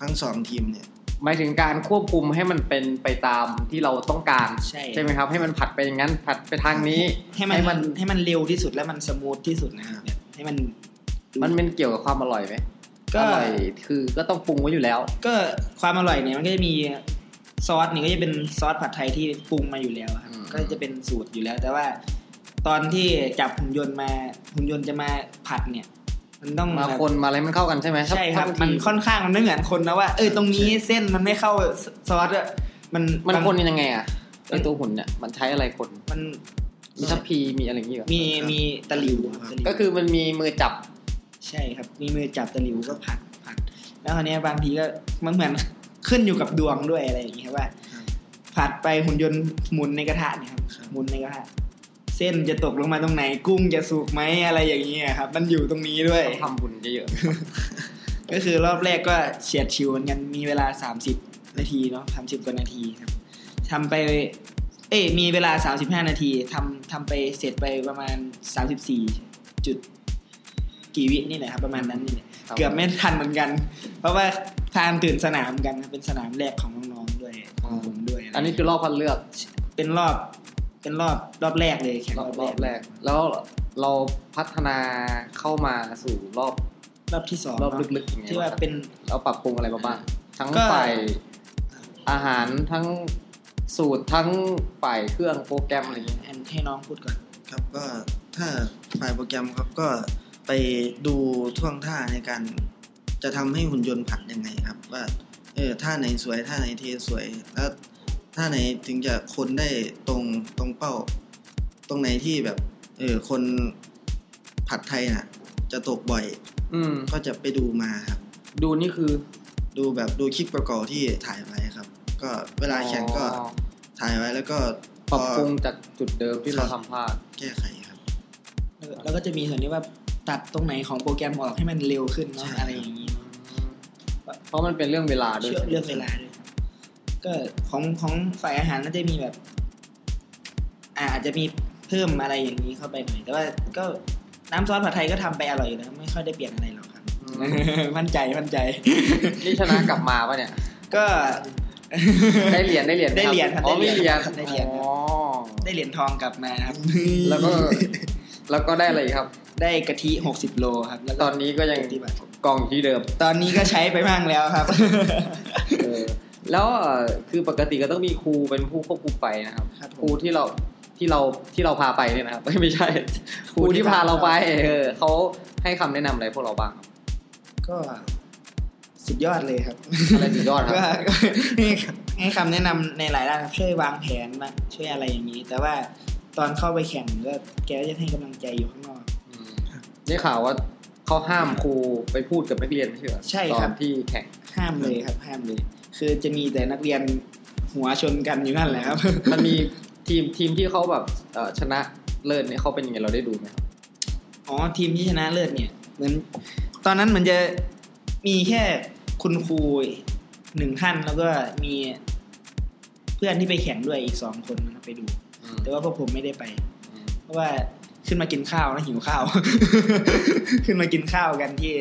Speaker 3: ทั้งสองทีมเนี่ย
Speaker 1: หมายถึงการควบคุมให้มันเป็นไปตามที่เราต้องการ
Speaker 2: ใช่
Speaker 1: ไหม ครับ ให้มันผัดไปอย่างนั้นผัดไปทางนี้
Speaker 2: ให้มันให้มันเร็วที่สุดและมันสมูทที่สุดนะครับ
Speaker 3: ครับ
Speaker 2: เนี่ย ให้มัน
Speaker 1: มันเป็นเกี่ยวกับความอร่อยไหม
Speaker 2: ก็
Speaker 1: อร่อยคือก็ต้องปรุงไว้อยู่แล้ว
Speaker 2: ก็ความอร่อยเนี่ยมันก็จะมีซอสนี่ก็จะเป็นซอสผัดไทยที่ปรุงมาอยู่แล้วครับ
Speaker 1: อืม
Speaker 2: ก็จะเป็นสูตรอยู่แล้ว แต่ว่าตอนที่จับหุ่นยนต์มาหุ่นยนต์จะมาผัดเนี่ย มันต้อง
Speaker 1: มา
Speaker 2: แบบ
Speaker 1: คนมาอะไรมันเข้ากันใช่ไหมถ้า
Speaker 2: ใช่ครับ
Speaker 1: ถ้าางที
Speaker 2: มันค่อนข้างมันไม่เหมือนคนนะว่า เออตรงนี้เส้นมันไม่เข้าซอสอะมัน
Speaker 1: มัน
Speaker 2: บาง
Speaker 1: คนยังไงอ่ะไอตัวหุ่นเนี่ยมันใช้อะไรคน
Speaker 2: มัน
Speaker 1: มีทัพพีมีอะไรอย่างเงี้ย
Speaker 2: มีมีตะหลิวครับตะหลิว
Speaker 1: ก็คือมันมีมือจับ
Speaker 2: ใช่ครับ มีมือจับตะหลิวก็ผัดผัด แล้วคราวเนี้ยบางทีก็มันเหมือน ขึ้นอยู่กับดวงด้วยอะไรอย่างเงี้ยว่า
Speaker 3: ครับ
Speaker 2: ผัดไปหุ่นยนต์หมุนในกระทะเนี่ยครับหมุนในกระทะเส้นจะตกลงมาตรงไหนกุ้งจะสุกไหมอะไรอย่างเงี้ยครับ มันอยู่ตรงนี้ด้วย
Speaker 1: ต้องทำบุญเยอะ
Speaker 2: ก็คือรอบแรกก็เฉียดชิวเหมือนกันมีเวลา 30 นาทีเนาะสามสิบกว่านาทีครับทำไป เอ้ยมีเวลา 35 นาทีทำทำไปเสร็จไปประมาณ 34 จุดกี่วินี่แหละครับ ประมาณนั้นนี่แหละ
Speaker 1: ๆ
Speaker 2: เกือบไม่ทันเหมือนกัน เพราะว่าทางตื่นสนามกันครับเป็นสนามแรกของน้องๆด้วยของผมด้วย
Speaker 1: อันนี้คือรอบคัดเลือก
Speaker 2: เป็นรอบเป็นรอบรอบแรกเลยแข่ง
Speaker 1: ร
Speaker 2: ร
Speaker 1: อ
Speaker 2: อ
Speaker 1: บบ รอ
Speaker 2: แร
Speaker 1: ก บแรก แล้วเราพัฒนาเข้ามาสู่รอบ
Speaker 2: รอบที่สอง
Speaker 1: รอบ
Speaker 2: เนาะ
Speaker 1: ลึกๆอย่างเงี้ย
Speaker 2: ที่ว่าเป็น
Speaker 1: เราปรับปรุงอะไรมาบ้างทั้ง
Speaker 2: ก็
Speaker 1: ฝ่ายอาหารทั้งสูตรทั้งฝ่ายเครื่องโปรแกรมอะไรอย่างเงี้ย
Speaker 2: ให้น้องพูดก่อน
Speaker 3: ครับก็ถ้าฝ่ายโปรแกรมครับก็ไปดูท่วงท่าในการจะทำให้หุ่นยนต์ผัดยังไงครับ ว่าเออท่าไหนสวยท่าไหนเทสวยแล้วท่าไหนถึงจะคนได้ตรงตรงเป้า ตรงไหนที่แบบเออคนผัดไทยน่ะ จะตกบ่อย
Speaker 1: อืม
Speaker 3: ก็จะไปดูมาครับ
Speaker 1: ดูนี่คือ
Speaker 3: ดูแบบดูคลิปประกอบที่ถ่ายไว้ครับ ก็เวลาแข่งก็
Speaker 1: อ๋อ
Speaker 3: ถ่ายไว้แล้วก็พ
Speaker 1: ป
Speaker 3: อ
Speaker 1: รับปรุงจากจุดเดิมที่เราทำพลาด
Speaker 3: แก้ไขครับ
Speaker 2: แล้วก็จะมีส่วนที่ว่าตัดตรงไหนของโปรแกรมออกให้มันเร็วขึ้นเนาะ
Speaker 3: ใช่
Speaker 2: อะไรอย่างนี้
Speaker 1: เพราะมันเป็นเรื่องเวลาด้วย
Speaker 2: เชื่อเรื่องเวลาด้วยครับก็ของของฝ่ายอาหารน่าจะมีแบบ อ่าอาจจะมีเพิ่มอะไรอย่างนี้เข้าไปหน่อย แต่ว่าก็น้ำซอสผัดไทยก็ทำไปอร่อยอยู่แล้วไม่ค่อยได้เปลี่ยนอะไรหรอกครับ
Speaker 1: อืม
Speaker 2: มั่นใจมั่นใจ
Speaker 1: นี่ชนะกลับมาปะเนี่ย
Speaker 2: ก็
Speaker 1: ได้เหรียญได้เหรียญหม
Speaker 2: ได้เหรียญครับ
Speaker 1: อ๋อมีเหรียญ
Speaker 2: ได้เหรียญครับ
Speaker 1: อ๋อ
Speaker 2: ได้เหรียญทองกลับมาครับ
Speaker 1: แล้วก็แล้วก็ได้อะไรอีกครับ
Speaker 2: ได้กะทิหกสิบโลครับ แล้ว
Speaker 1: ตอนนี้ก็ยัง
Speaker 2: ที่บ้าน
Speaker 1: กองที่เดิม
Speaker 2: ตอนนี้ก็ใช้ไปบ้างแล้วครับ
Speaker 1: เออแล้วเอ่อคือปกติก็ต้องมีครูเป็นผู้ควบคุมไปนะครับ
Speaker 2: ครับผม
Speaker 1: ครูที่เราที่เราที่เราพาไปเนี่ยนะครับ เอ้ยไม่ใช่ ครูที่พาเราไปเออเขาให้คำแนะนำอะไรพวกเรา บ้างครับ
Speaker 2: ก็สุดยอดเลยครับ
Speaker 1: อะไรสุดยอดครับ
Speaker 2: ก็ ให้ให้คำแนะนำในหลายด้านครับช่วยวางแผนบ้างช่วยอะไรอย่างนี้ แต่ว่าตอนเข้าไปแข่งก็แกก็จะให้กำลังใจอยู่ข้างนอก
Speaker 1: อืมได้ข่าวว่าเขาห้ามครูไปพูดกับนักเรียนไม่ใช่เหรอ
Speaker 2: ใช่
Speaker 1: ตอ
Speaker 2: ครั
Speaker 1: น
Speaker 2: บ
Speaker 1: ที่แข่ง
Speaker 2: ห้ามเลยครับ ห้ามเลย คือจะมีแต่นักเรียนหัวชนกันอยู่นั่นแหละครับ
Speaker 1: มันมีทีมทีมที่เขาแบบเอ่อชนะเลิศเนี่ยเขาเป็นยังไงเราได้ดูไหมครับ
Speaker 2: อ๋อทีมที่ชนะเลิศเนี่ยเหมือนตอนนั้นเหมือนจะมีแค่คุณครูหนึ่งท่านแล้วก็มีเพื่อนที่ไปแข่งด้วยอีกสองคนนะครับไปดู
Speaker 1: อืม
Speaker 2: แต่ว่าพวกผมไม่ได้ไป
Speaker 1: อืม
Speaker 2: เพราะว่าขึ้นมากินข้าวนะหิวข้ าว ขึ้นมากินข้าวกันที่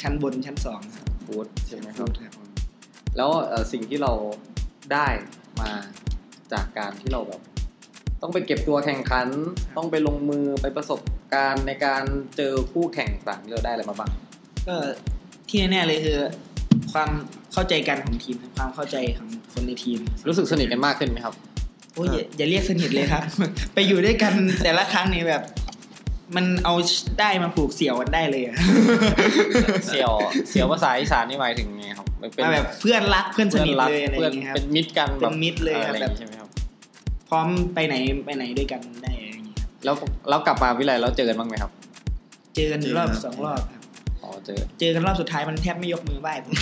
Speaker 2: ชั้นบนชั้นสองครับ
Speaker 1: โค้ชใช่ไหมครับ
Speaker 2: ครับ
Speaker 1: แล้วเอ่อสิ่งที่เราได้มาจากการที่เราแบบ ต้องไปเก็บตัวแข่งขัน ต้องไปลงมือไปประสบการณ์ในการเจอคู่แข่งต่างๆเราได้อะไรมาบ้าง
Speaker 2: ก็ที่แน่ๆเลยคือ ความเข้าใจกันของทีมครับความเข้าใจของคนในทีม
Speaker 1: รู้สึกสนิทกันมากขึ้นไหมครับ
Speaker 2: โอ้ยอย่าอย่าเรียกสนิทเลยครับ ไปอยู่ด้วยกันแต่ละครั้งนี่แบบ มันเอาได้มาผูกเสี่ยวกันได้เลยอะ
Speaker 1: เสี่ยวเสี่ยวภาษาอีสานนี่หมายถึงไงครับมันเป็น
Speaker 2: มาแบบเพื่อนรักเพื่อนสนิทเลยอะไรอ
Speaker 1: เพื่อน
Speaker 2: ย่างเงี้ยครับ
Speaker 1: เป็นมิตรกัน
Speaker 2: เป็นมิตรเลย
Speaker 1: อะไรอางงี้
Speaker 2: แบบ
Speaker 1: ใช่ไหมครับ
Speaker 2: พร้อมไปไหนไปไหนด้วยกันได้อะไรอย่างเงี้ยครับ
Speaker 1: แล้วแล้วกลับมาวิไลแล้วเจอกันบ้างไหมครับ
Speaker 2: เจอกันรอบสองรอบครับ
Speaker 1: อ๋อเจอ
Speaker 2: เจอกันรอบสุดท้ายมันแทบไม่ยกมือไหว้ ผม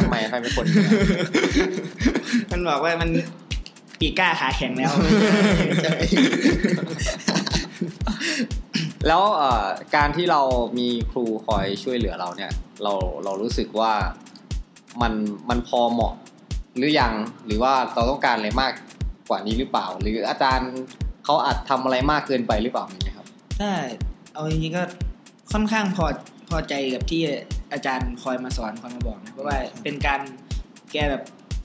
Speaker 1: ทำไมใครเป็นคน
Speaker 2: มันบอกว่ามันปีกล้าขาแข็งแล้ว
Speaker 1: แล้วเอ่อการที่เรามีครูคอยช่วยเหลือเราเนี่ย เราเรารู้สึกว่ามันมันพอเหมาะ หรือยังหรือว่าเราต้องการอะไรมากกว่านี้หรือเปล่า หรืออาจารย์เขาอาจทำอะไรมากเกินไปหรือเปล่าอย่างเงี้ยครับ
Speaker 2: ถ้าเอาจริงๆก็ค่อนข้างพอพอใจกับที่อาจารย์คอยมาสอนคอยมาบอกนะเพราะว่าเป็นการแกแบบ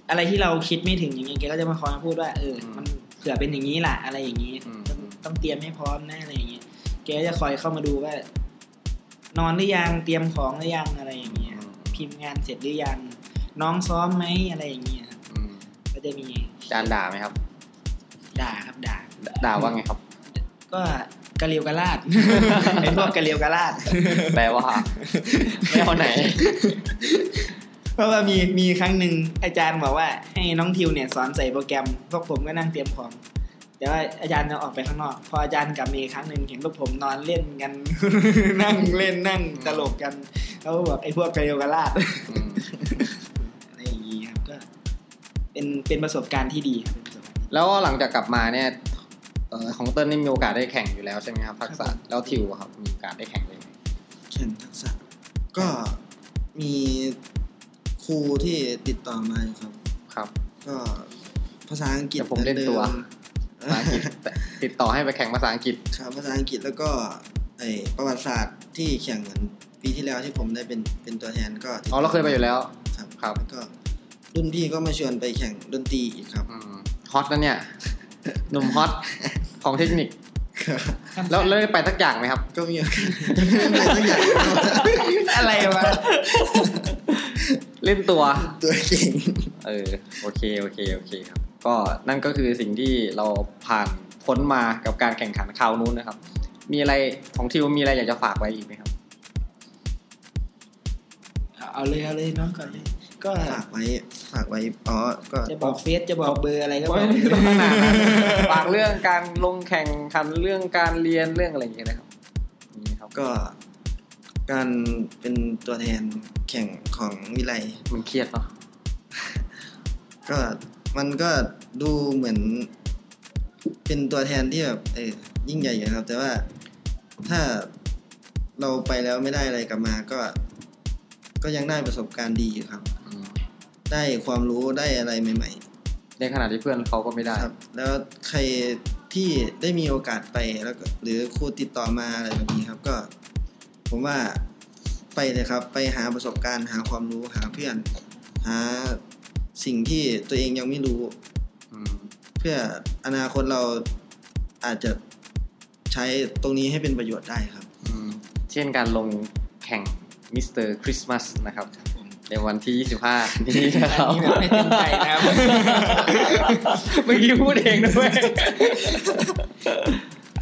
Speaker 2: อะไรที่เราคิดไม่ถึงอย่างเงี้ยแกก็จะมาคอยมาพูดว่าเออ
Speaker 1: อืม
Speaker 2: มันเผื่อเป็นอย่างนี้ล่ะอะไรอย่างนี้
Speaker 1: อืม
Speaker 2: ต้องต้องเตรียมให้พร้อมนะอะไรอย่างเงี้ยแกก็จะคอยเข้ามาดูว่า นอนหรือยังเตรียมของหรือยังอะไรอย่างเงี้ยพิมพ์งานเสร็จหรือยัง น้องซ้อมไหมอะไรอย่างเงี้ยครับ
Speaker 1: อืม
Speaker 2: ก็จะมี
Speaker 1: อาจารย์ด่าไหมครับ
Speaker 2: ด่าครับด่า
Speaker 1: ด่าว่าไงครับ
Speaker 2: ก็กะเลียวกะลาด เป็นพวกกะเลียวกะลาด
Speaker 1: แปลว่า ไม่เอาไหน
Speaker 2: เพราะว่ามีมีครั้งหนึ่งอาจารย์บอกว่า ให้น้องทิวเนี่ยสอนใส่โปรแกรม พวกผมก็นั่งเตรียมของ แต่ว่าอาจารย์จะออกไปข้างนอก พออาจารย์กลับมาอีกครั้งหนึ่งเห็นพวกผมนอนเล่นกัน นั่งเล่นนั่งตลกกันเขาก็บอกไอ้พวกกะเลียวกะลาด
Speaker 1: อืม
Speaker 2: อะไรอย่างนี้ครับก็ เป็นเป็นประสบการณ์ที่ดีครับเป็นประสบการณ์ที่ดี
Speaker 1: แล้วหลังจากกลับมาเนี่ยเอ่อของเติ้ลนี่มีโอกาสได้แข่งอยู่แล้วใช่ไหมครับทักษะแล้วทิวอะครับ มีโอกาสได้แข่งเลยไหม
Speaker 3: แข่งทักษะก็มีครูที่ติดต่อมาอยู่ค
Speaker 1: ครั
Speaker 3: รับ
Speaker 1: บ
Speaker 3: ก็ภาษาอังกฤษ
Speaker 1: เดี๋ยวผมเล่นตัว
Speaker 3: เหมื
Speaker 1: ภาษา
Speaker 3: อ
Speaker 1: อั
Speaker 3: น
Speaker 1: งก
Speaker 3: เดิ
Speaker 1: ฤษ
Speaker 3: ม
Speaker 1: แต่ติดต่อให้ไปแข่งภาษาอังกฤษ
Speaker 3: ครับภาษาอังกฤษแล้วก็ไอประวัติศาสตร์ที่แข่งเหมือนปีที่แล้วที่ผมได้เป็นเป็นตัวแทนก็ติดต่
Speaker 1: อ๋อเราเคยไปอยู่แล้ว
Speaker 3: ครับ
Speaker 1: ครับ
Speaker 3: แล้วก็รุ่นพี่ก็มาชวนไปแข่งดนตรีอีกครับ
Speaker 1: อืมฮอตนะเนี่ย หนุ่มฮอตของเทคนิค
Speaker 3: ครับ
Speaker 1: แล้วแล้วได้ไปสักอย่างไหมครับ
Speaker 3: ก็มีโอกาสไม่ได้สักอย่าง
Speaker 2: อะไรวะ
Speaker 1: เล่นตัว
Speaker 3: ตัวเก่ง
Speaker 1: เออโอเคโอเคโอเคครับ ก็นั่นก็คือสิ่งที่เราผ่านพ้นมากับการแข่งขันคราวนู้นนะครับ มีอะไรของทิวมีอะไรอยากจะฝากไว้อีกไหมครับ
Speaker 2: เอาเลยเอาเลยน้องก่อนเลยก็
Speaker 3: ฝากไว้ฝากไว้อ๋อก็
Speaker 2: จะบอกเฟซจะบอกเบอร์อะไรก็บ
Speaker 1: ไม่
Speaker 2: อก
Speaker 1: ได้ต้องขนาดนั้นฝากเรื่องการลงแข่งขันเรื่องการเรียนเรื่องอะไรอย่างเงี้ยนะครับมีไหมครับ
Speaker 3: ก็การเป็นตัวแทนแข่งของวิไล
Speaker 1: มันเครียดเนาะ
Speaker 3: ก็มันก็ดูเหมือน เป็นตัวแทนที่แบบเออยิ่งใหญ่อยู่นะครับ แต่ว่าถ้าเราไปแล้วไม่ได้อะไรกลับมา ก็ ก็ยังได้ประสบการณ์ดีอยู่ครับ
Speaker 1: อืม
Speaker 3: ได้ความรู้ได้อะไรใหม่
Speaker 1: ในขณะที่เพื่อนเขาก็ไม่ได้
Speaker 3: ๆ ครับ แล้วใครที่ได้มีโอกาสไปแล้วก็หรือครูติดต่อมาอะไรแบบนี้ครับก็ ผมว่าไปเลยครับ ไปหาประสบการณ์หาความรู้หาเพื่อน หาสิ่งที่ตัวเองยังไม่รู้
Speaker 1: อืม
Speaker 3: เพื่ออนาคตเราอาจจะใช้ตรงนี้ให้เป็นประโยชน์ได้ครับ
Speaker 1: อืมเช่นการลงแข่งมิสเตอร์คริสต์มาสนะครับในวันที่ 25 นี้นะครั
Speaker 2: อัน
Speaker 1: บ
Speaker 2: นี้แบบไม่เต็มใจ นะครับ
Speaker 1: เมื่อกี้พูดเองด้วย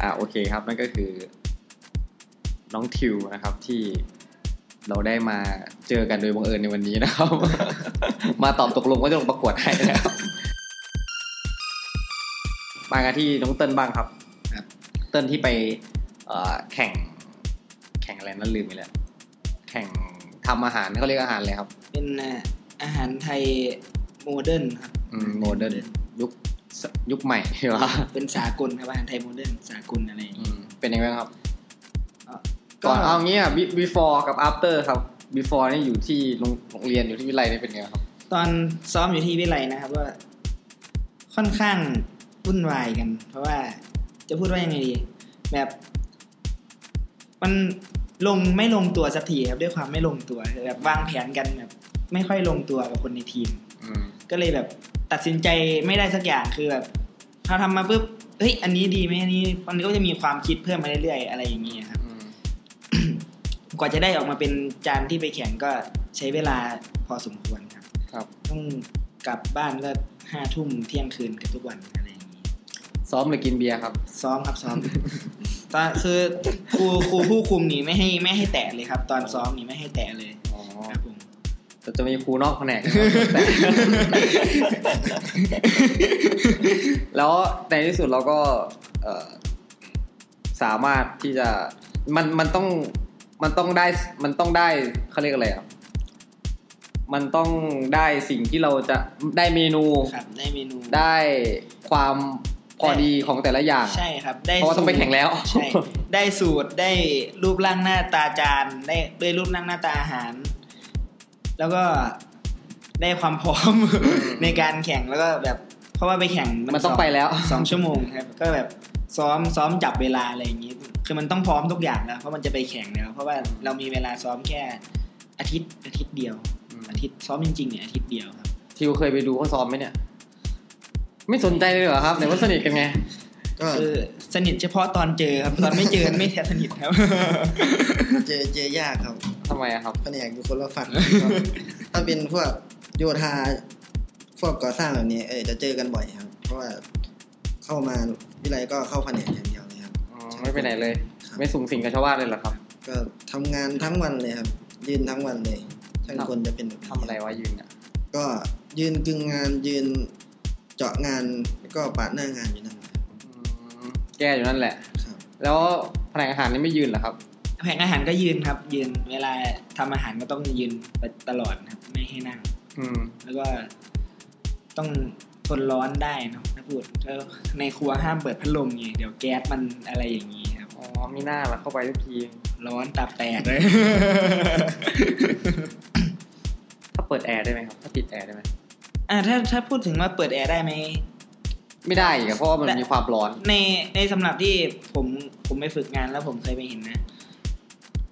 Speaker 1: อ่าโอเคครับ นั่นก็คือ น้องทิวนะครับที่เราได้มาเจอกันโดยบังเอิญในวันนี้นะครับ มาตอบตกลงว่าจะลงประกวดให้นะครับมากันที่น้องเติ้ลบ้างครับ
Speaker 2: ครับ
Speaker 1: เติ้ลที่ไปเอ่อแข่ง แข่งอะไรนั่นลืมไปแล้วแข่งทำอาหารเขาเรียกอาหารอะไรครับ
Speaker 2: เป็นอ่ะอาหารไทยโมเดิร์นครับ
Speaker 1: โมเดิร์นยุคสยุคใหม่ใช่ไหมวะ
Speaker 2: เป็นสากลครับอาหารไทยโมเดิร์นสากลอะไรอย่าง
Speaker 1: อื
Speaker 2: งี้
Speaker 1: มเป็นยังไงบ้างครับ
Speaker 2: ก็
Speaker 1: ก่อนเอางี้อ่ะ be- before กับ after ครับ before นี่อยู่ที่โรงโรงเรียนอยู่ที่วิไลนี่เป็นไงครับ
Speaker 2: ตอนซ้อมอยู่ที่วิไลนะครับว่าค่อนข้างวุ่นวายกัน เพราะว่าจะพูดว่ายังไงดี แบบ มันลงไม่ลงตัวสักทีครับด้วยความไม่ลงตัวแบบวางแผนกันแบบ ไม่ค่อยลงตัวกับคนในทีม
Speaker 1: อืม
Speaker 2: ก็เลยแบบตัดสินใจไม่ได้สักอย่างคือแบบพอทำมาปุ๊บเฮ้ยอันนี้ดีไหมอันนี้มันก็จะมีความคิดเพิ่มมาเรื่อยๆอะไรอย่างนี้ครับ
Speaker 1: อืม
Speaker 2: กว่าจะได้ออกมาเป็นจานที่ไปแข่งก็ใช้เวลาพอสมควรครับ
Speaker 1: ครับ
Speaker 2: ต้องกลับบ้านก็ห้าทุ่มเที่ยงคืนกันทุกวันอะไรอย่างนี้
Speaker 1: ซ้อมหรือกินเบียร์ครับ
Speaker 2: ซ้อมครับซ้อ ม ตอนคือครูครูผู้คุมนี่ไม่ให้ไม่ให้แตะเลยครับ ตอนซ้อมนี่ไม่ให้แตะเลย
Speaker 1: อ๋อ
Speaker 2: ครับผม
Speaker 1: แต่จะมีครูนอกแผนก แล้วในที่สุดเราก็เอ่อสามารถที่จะมันมันต้องมันต้องได้มันต้องได้เขาเรียกอะไรอ่ะมันต้องได้สิ่งที่เราจะได้เมนู
Speaker 2: ครับได้เมนู
Speaker 1: ได้ความพอดีของแต่ละอย่าง
Speaker 2: ใช่ครับ ได้
Speaker 1: เพราะว่าต้องไปแข่งแล้ว
Speaker 2: ใช่ได้สูตรได้รูปร่างหน้าตาจานได้ด้วยรูปร่างหน้าตาอาหาร แล้วก็ได้ความพร้อม ในการแข่งแล้วก็แบบ เพราะว่าไปแข่ง
Speaker 1: มันต้อง
Speaker 2: ส
Speaker 1: ไปแล้ว
Speaker 2: สองชั่วโมงครับก็แบบซ้อมซ้อมจับเวลาอะไรอย่างนี้ คือมันต้องพร้อมทุกอย่างแล้ว เพราะมันจะไปแข่งแล้วเพราะว่าเรามีเวลาซ้อมแค่อาทิตย์อาทิตย์เดียว อาทิตย์ซ้อมจริงๆเนี่ยอาทิตย์เดียวครับ
Speaker 1: ทิวเคยไปดูเขาซ้อมไหมเนี่ย ไม่สนใจเลยเหรอครับไหนว่าสนิทกันไง
Speaker 3: ก็
Speaker 2: เออสนิทเฉพาะตอนเจอครับ ตอนไม่เจอไม่แทบสนิทครับ
Speaker 3: เจอเจอยากครับ
Speaker 1: ทำไมอะครับ
Speaker 3: แผนกอยู่คนละฝั่ง ครับถ้าเป็นพวกโยธาพวกก่อสร้างแบบนี้เออจะเจอกันบ่อยครับ เพราะว่าเข้ามาวิไลก็เข้าแผนกอย่างเดียวเลยครับ
Speaker 1: อ๋อไม่ไปไหนเลย
Speaker 3: ครับ
Speaker 1: ไม่สูงสิงกับชาวบ้านเลยเหรอครับ
Speaker 3: ก็ทำงานทั้งวันเลยครับ ยืนทั้งวันเลยช่างคนจะเป็นแบบนี้
Speaker 1: ทำอะไรวะยืนเนี่ย
Speaker 3: ก็ยืนกึ่งงานยืนเจาะงานแล้วก็ปาดหน้างานอยู่นั่นแหละ
Speaker 1: อืมแก้อยู่นั่นแหละ
Speaker 3: ครับ
Speaker 1: แล้วแผนกอาหารนี่ไม่ยืนเหรอครับ
Speaker 2: แผงอาหารก็ยืนครับ ยืนเวลาทำอาหารก็ต้องยืนไปตลอดนะครับ ไม่ให้นั่ง
Speaker 1: อืม
Speaker 2: แล้วก็ต้องทนร้อนได้เนอะนะพูดแล้วในครัวห้ามเปิดพัดลมไงเดี๋ยวแก๊สมันอะไรอย่างนี้ครับ
Speaker 1: อ๋อมีหน้าละเข้าไปทุกที
Speaker 2: ร้อนตาแตกเลย
Speaker 1: ถ้าเปิดแอร์ได้ไหมครับ ถ้าปิดแอร์ได้ไหม
Speaker 2: อ่าถ้าถ้าพูดถึงว่าเปิดแอร์ได้ไหม
Speaker 1: ไม่ได้อีกอะเพราะว่ามัน
Speaker 2: แต่
Speaker 1: มีความร้อน
Speaker 2: ในในสำหรับที่ผมผมไปฝึกงานแล้วผมเคยไปเห็นนะ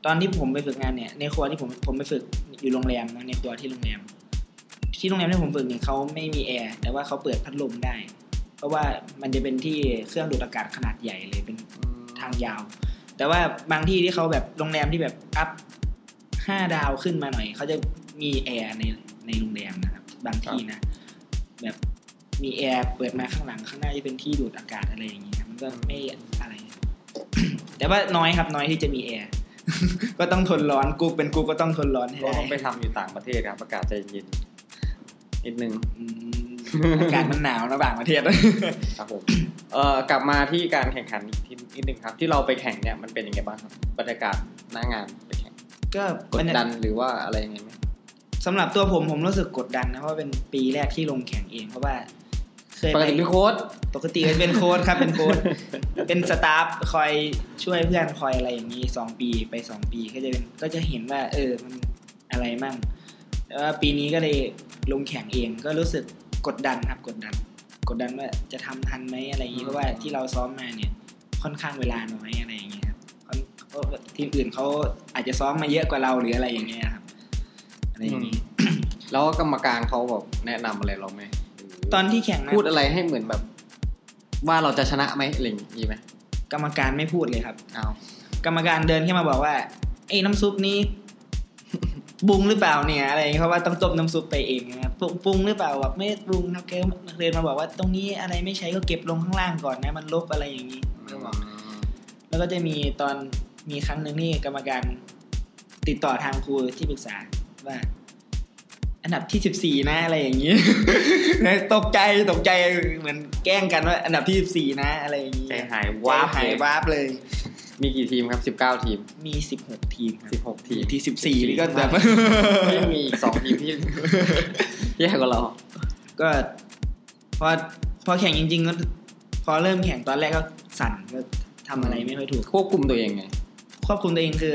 Speaker 2: ตอนที่ผมไปฝึกงานเนี่ย ในครัวที่ผมผมไปฝึกอยู่โรงแรมนะในครัวที่โรงแรม ที่โรงแรมที่ผมฝึกเนี่ยเขาไม่มีแอร์แต่ว่าเขาเปิดพัดลมได้ เพราะว่ามันจะเป็นที่เครื่องดูดอากาศขนาดใหญ่เลยเป็น ทางยาว แต่ว่าบางที่ที่เขาแบบโรงแรมที่แบบอัพห้าดาวขึ้นมาหน่อย เขาจะมีแอร์ในในโรงแรมนะครับ บางที่นะ แบบมีแอร์เปิดมาข้างหลังข้างหน้าจะเป็นที่ดูดอากาศอะไรอย่างนี้นะมันก็ไม่อะไร แต่ว่าน้อยครับน้อยที่จะมีแอร์ ก็ต้องทนร้อนกูเป็นกูก็ต้องทนร้อนให้
Speaker 1: ก็
Speaker 2: ได้
Speaker 1: ต้องไปทำอยู่ต่างประเทศครับประกาศใจเย็นนิดนึง
Speaker 2: อืมอากาศมันหนาวนะบางประเทศ
Speaker 1: ครับผม เอ่อกลับมาที่การแข่งขันอีกทีนิดนึงครับ ที่เราไปแข่งเนี่ยมันเป็นยังไงบ้างครับบรรยากาศหน้างานไปแข่ง
Speaker 2: ก็
Speaker 1: กด
Speaker 2: มัน
Speaker 1: ดันหรือว่าอะไรยังไงไหม
Speaker 2: สำหรับตัวผมผมรู้สึกกดดันนะเพราะว่าเป็นปีแรกที่ลงแข่งเอง เพราะว่าเคย
Speaker 1: ป
Speaker 2: ไป
Speaker 1: กติเป็นโค้ด
Speaker 2: ปกติก็เป็นโค้ดครับเป็นโค้ดเป็นสตาฟคอยช่วยเพื่อนคอยอะไรอย่างนี้สองปีไปสองปีก็จะเป็นก็จะเห็นว่า เออมันอะไรมั่งแต่ว่าปีนี้ก็เลยลงแข่งเองก็รู้สึกกดดันครับกดดัน กดดันว่าจะทำทันไหมอะไรอย่างนี้เพราะว่าที่เราซ้อมมาเนี่ย ค่อนข้างเวลาน้อยอะไรอย่างเงี้ยครับค่อนเพราะว่าทีมอื่นเขาอาจจะซ้อมมาเยอะกว่าเราหรืออะไรอย่างเงี้ยครับอะไรอย่างนี้
Speaker 1: แล้วกรรมการเขาแบบแนะนำอะไรเราไหม
Speaker 2: ตอนที่แข่งนะ
Speaker 1: พูดอะไรให้เหมือนแบบ ว่าเราจะชนะไหมอะไรอย่างนี้ไหม
Speaker 2: กรรมการไม่พูดเลยครับ
Speaker 1: เอา
Speaker 2: กรรมการเดินเข้ามาบอกว่าไอ้น้ำซุปนี้ ปรุงหรือเปล่าเนี่ย อะไรอย่างเงี้ยเพราะว่าต้องต้มน้ำซุปไปเองนะครับปรุงปรุงหรือเปล่าแบบไม่ได้ปรุงนะแกเดินมาบอกว่าตรงนี้อะไรไม่ใช้ก็เก็บลงข้างล่างก่อนนะ มันลบอะไรอย่างนี้ก็บอกแล้วก็จะมีตอนมีครั้งหนึ่งนี่กรรมการติดต่อทางครูที่ปรึกษาว่า อันดับที่สิบสี่นะอะไรอย่างนี้ ตกใจตกใจเหมือนแกล้งกันว่า อันดับที่สิบสี่นะ อะไรอย่างนี้
Speaker 1: ใจหายว้าบ
Speaker 2: หาย
Speaker 1: เลย
Speaker 2: วับเลย
Speaker 1: มีกี่ทีมครับสิบเก้าทีม
Speaker 2: มีสิบหกทีม
Speaker 1: สิบหกทีม
Speaker 2: ทีสิบสี่นี่ก็แบบ
Speaker 1: ที่มีอีกสองทีมที่ แย่กว่าเรา
Speaker 2: ก็พอพอแข่งจริง ๆ ก็ พอเริ่มแข่งตอนแรกก็สั่นก็ทำอะไรไม่ค่อยถูก
Speaker 1: ควบคุมตัวเองไง
Speaker 2: ควบคุมตัวเองคือ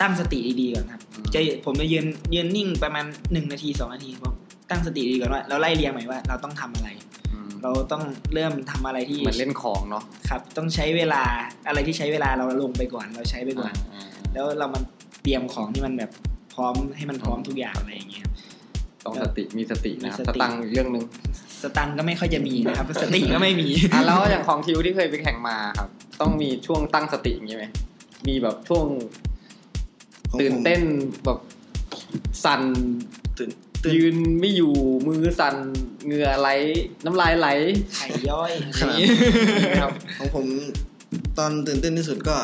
Speaker 2: ตั้งสติดีๆก่อนครับ
Speaker 1: อืม
Speaker 2: จะผมจะยืนยืนนิ่งประมาณหนึ่งนาทีสองนาทีผมตั้งสติดีก่อนว่าเราไล่เรียงใหม่ว่าเราต้องทำอะไร เราต้องเริ่มทำอะไรที่
Speaker 1: เหมือนเล่นของเนาะ
Speaker 2: ครับ ต้องใช้เวลาอะไรที่ใช้เวลาเราลงไปก่อน เราใช้ไปก่อน
Speaker 1: อ่า
Speaker 2: แล้วเรามันเตรียมของที่มันแบบพร้อมให้มันพร้อมทุกอย่างอะไรอย่างเงี้ย
Speaker 1: ต้องสติมีสตินะครับ
Speaker 2: มี
Speaker 1: ส
Speaker 2: สติ
Speaker 1: ตังค์อีกเรื่องหนึ่ง
Speaker 2: สตังค์ก็ไม่ค่อยจะมีนะครับ สติก็ไม่มี
Speaker 1: อ่ะแล้วอย่างของทิวที่เคยไปแข่งมาครับ ต้องมีช่วงตั้งสติอย่างนี้ไหมมีแบบช่วง
Speaker 3: ของ
Speaker 1: ตื่น
Speaker 3: ผม
Speaker 1: เต้นแบบสั่น
Speaker 3: ตื่นตื่น
Speaker 1: ยืนไม่อยู่มือสั่นเหงื่อไหลน้ำลายไหล
Speaker 2: ไข่ย่อย
Speaker 3: ขนาด
Speaker 1: มีไหมครับ
Speaker 3: ของผมตอนตื่นเต้นที่สุดก็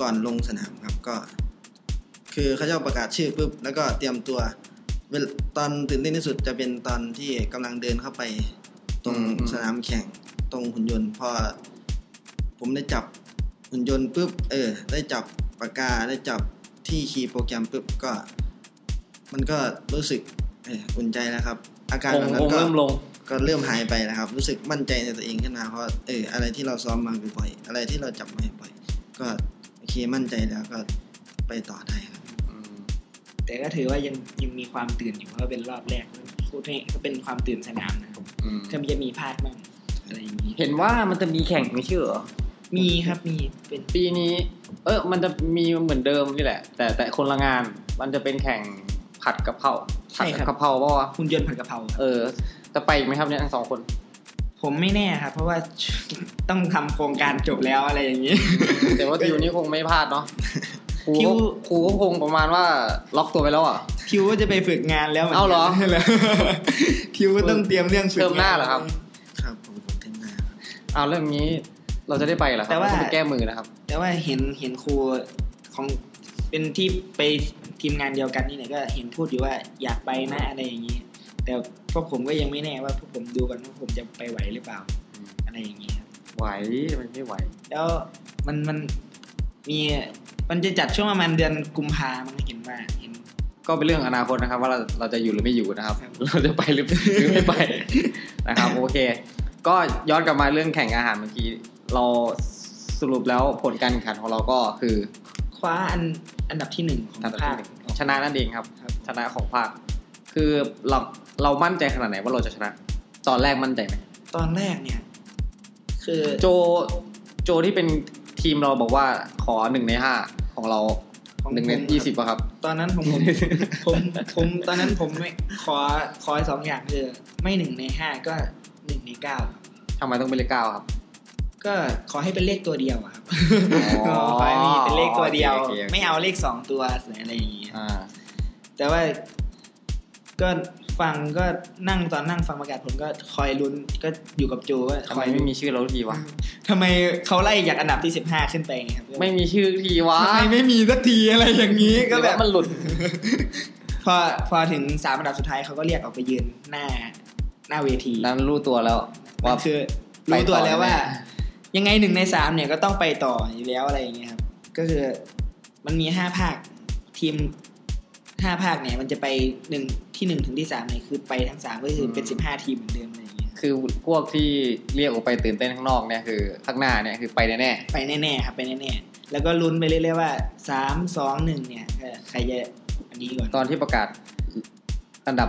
Speaker 3: ก่อนลงสนามครับก็ คือเขาจะประกาศชื่อปุ๊บแล้วก็เตรียมตัวเวลตอนตื่นเต้นที่สุดจะเป็นตอนที่กำลังเดินเข้าไป ตรงสนามแข่งตรงหุ่นยนต์พอผมได้จับหุ่นยนต์ปุ๊บเออ ได้จับปากกาได้จับที่คีย์โปรแกรมปุ๊บก็ มันก็รู้สึกเอออุ่นใจแล้วครับ อาการ
Speaker 1: ค
Speaker 3: แบ
Speaker 1: ง
Speaker 3: บ
Speaker 1: ค
Speaker 3: นั้
Speaker 1: ง
Speaker 3: นก็
Speaker 1: เริ่มลง
Speaker 3: ก็เริ่มหายไปแล้วครับ รู้สึกมั่นใจในตัวเองขึ้นมาเพราะเอออะไรที่เราซ้อมมาบ่อยๆอะไรที่เราจับมาบ่อยๆก็โอเคมั่นใจแล้วก็ไปต่อได้ครับ
Speaker 2: แต่ก็ถือว่ายังยังมีความตื่นอยู่เพราะว่าเป็นรอบแรกพูดให้ก็เป็นความตื่นสนามนะครับ
Speaker 1: อืม
Speaker 2: ก็จะมีพลาดบ้างอะไรอย่างนี้
Speaker 1: เห็นว่ามันจะมีแข่งไม่ใช่เหรอ
Speaker 2: มีครับมีเป็น
Speaker 1: ปีนี้ เออมันจะมีเหมือนเดิมนี่แหละ แต่แต่คนละงาน มันจะเป็นแข่งผัดกะเพราผัดกะเพราเปล่าวะ
Speaker 2: หุ่นยนต์ผัดกะเพราครับ
Speaker 1: เออ จะไปอีกไหมครับเนี่ยทั้งสองคน
Speaker 2: ผมไม่แน่ครับ เพราะว่า ต้องทำโครงการจบแล้วอะไรอย่างนี้
Speaker 1: แต่ว่าทิวนี้คงไม่พลาดเนาะครู
Speaker 2: ทิว
Speaker 1: ก็ครูก็คงประมาณว่าล็อกตัวไปแล้วอ่ะ
Speaker 2: ทิวก็จะไปฝึกงาน แล้วมืนกัน
Speaker 1: เอาเหรอ
Speaker 2: ทิวก็ต้องเตรียมเรื่องฝึกง
Speaker 1: เทอมหน้าเหรอครับ
Speaker 3: ครับผมผมเต็มหน้าครับ
Speaker 1: เอาเรื่องนี้เราจะได้ไปเหรอครั
Speaker 2: แต่
Speaker 1: บ
Speaker 2: ว่า
Speaker 1: ต้องไปแก้มือนะครับ
Speaker 2: แต่ว่าเห็นเห็นครูของเป็นที่ไปทีมงานเดียวกันนี่เนี่ยก็เห็นพูดอยู่ว่าอยากไปนะอะไรอย่างนี้ แต่พวกผมก็ยังไม่แน่ว่าพวกผมดูกันว่าผมจะไปไหวหรือเปล่าอะไรอย่างนี้ครับ
Speaker 1: ไหวมันไม่ไหว
Speaker 2: แล้วมันมันมีมันจะจัดช่วงประมาณเดือนกุมภามันเห็นว่าเห็น
Speaker 1: ก็เป็นเรื่องอนาคตนะครับ ว่าเราเราจะอยู่หรือไม่อยู่นะครับ
Speaker 2: ครับ
Speaker 1: เราจะไปหรือหรือไม่ ไป นะครับโอเค ก็ย้อนกลับมาเรื่องแข่งอาหารเมื่อกี้เราสรุปแล้วผลการแข่งขันของเราก็คือ
Speaker 2: คว้าอันอันดับที่หนึ่งของ
Speaker 1: อันดับ
Speaker 2: ภา
Speaker 1: ที่
Speaker 2: ค
Speaker 1: หนึ่งชนะนั่นเองครับ
Speaker 2: ครับ
Speaker 1: ชนะของภาค คือเราเรามั่นใจขนาดไหนว่าเราจะชนะ ตอนแรกมั่นใจไหม
Speaker 2: ตอนแรกเนี่ย คือ
Speaker 1: โจโจที่เป็นทีมเราบอกว่าขอหนึ่งในห้าของเรา
Speaker 2: ของ
Speaker 1: หนึ่งใน
Speaker 2: ผม
Speaker 1: ยี่สิบอะครับ
Speaker 2: ตอนนั้น ผมผมผมผมตอนนั้นผมไม่ขอขอสองอย่างคือไม่หนึ่งในห้าก็หนึ่งในเก้าครับ
Speaker 1: ทำไมต้องเป็นเลขเก้าครับ
Speaker 2: ก็ขอให้เป็นเลขตัวเดียวอะครับ
Speaker 1: อ๋อ
Speaker 2: ขอให้มีเป็นเลขตัวเดียว
Speaker 1: โอเคโอเคโอเค
Speaker 2: ไม่เอาเลขสองตัวอะไรอย่างเงี้ย
Speaker 1: อ่า
Speaker 2: แต่ว่าก็ฟังก็นั่งตอนนั่งฟังประกาศผลก็คอยลุ้นก็อยู่กับโจว่า
Speaker 1: ทำ
Speaker 2: ค
Speaker 1: ไม
Speaker 2: อย
Speaker 1: ไม่มีชื่อเราสักที วะ
Speaker 2: ทำไมเขาไล่จากอันดับที่สิบห้าขึ้นไปไงครับ
Speaker 1: ไม่มีชื่อสักทีวะ
Speaker 2: ทำไมไม่มีสักทีอะไรอย่างนี้
Speaker 1: ห
Speaker 2: ก็
Speaker 1: รือ
Speaker 2: แบ
Speaker 1: ว่า
Speaker 2: บ
Speaker 1: มันหลุด
Speaker 2: พอพอถึงสามอันดับสุดท้ายเขาก็เรียกออกไปยืนหน้า หน้าเวที
Speaker 1: นั้นรู้ตัวแล้ว ว่า
Speaker 2: ว่าคือ
Speaker 1: ไป
Speaker 2: รู้
Speaker 1: ต่
Speaker 2: ตั
Speaker 1: อ
Speaker 2: วแล้วว่า
Speaker 1: แน่
Speaker 2: ยังไงหนึ่งในสามเนี่ยก็ต้องไปต่ออยู่แล้วอะไรอย่างเงี้ยครับ ก็คือมันมีห้าภาคทีมห้าภาคเนี่ย มันจะไปหนึ่งที่หนึ่งถึงที่สามเนี่ยคือไปทั้งสามก็คือเป็นสิบห้าทีมเหมือนเดิมอะไรอย่างเงี้ย
Speaker 1: คือพวกที่เรียกออกไปตื่นเต้นข้างนอกเนี่ยคือข้างหน้าเนี่ยคือไปแน่
Speaker 2: ไปแน่ๆครับไปแน่ๆแล้วก็ลุ้นไปเรื่อยๆว่าสามสองหนึ่งเนี่ยเออใครจะอันนี้ก่อน
Speaker 1: ๆตอนที่ประกาศอันดับ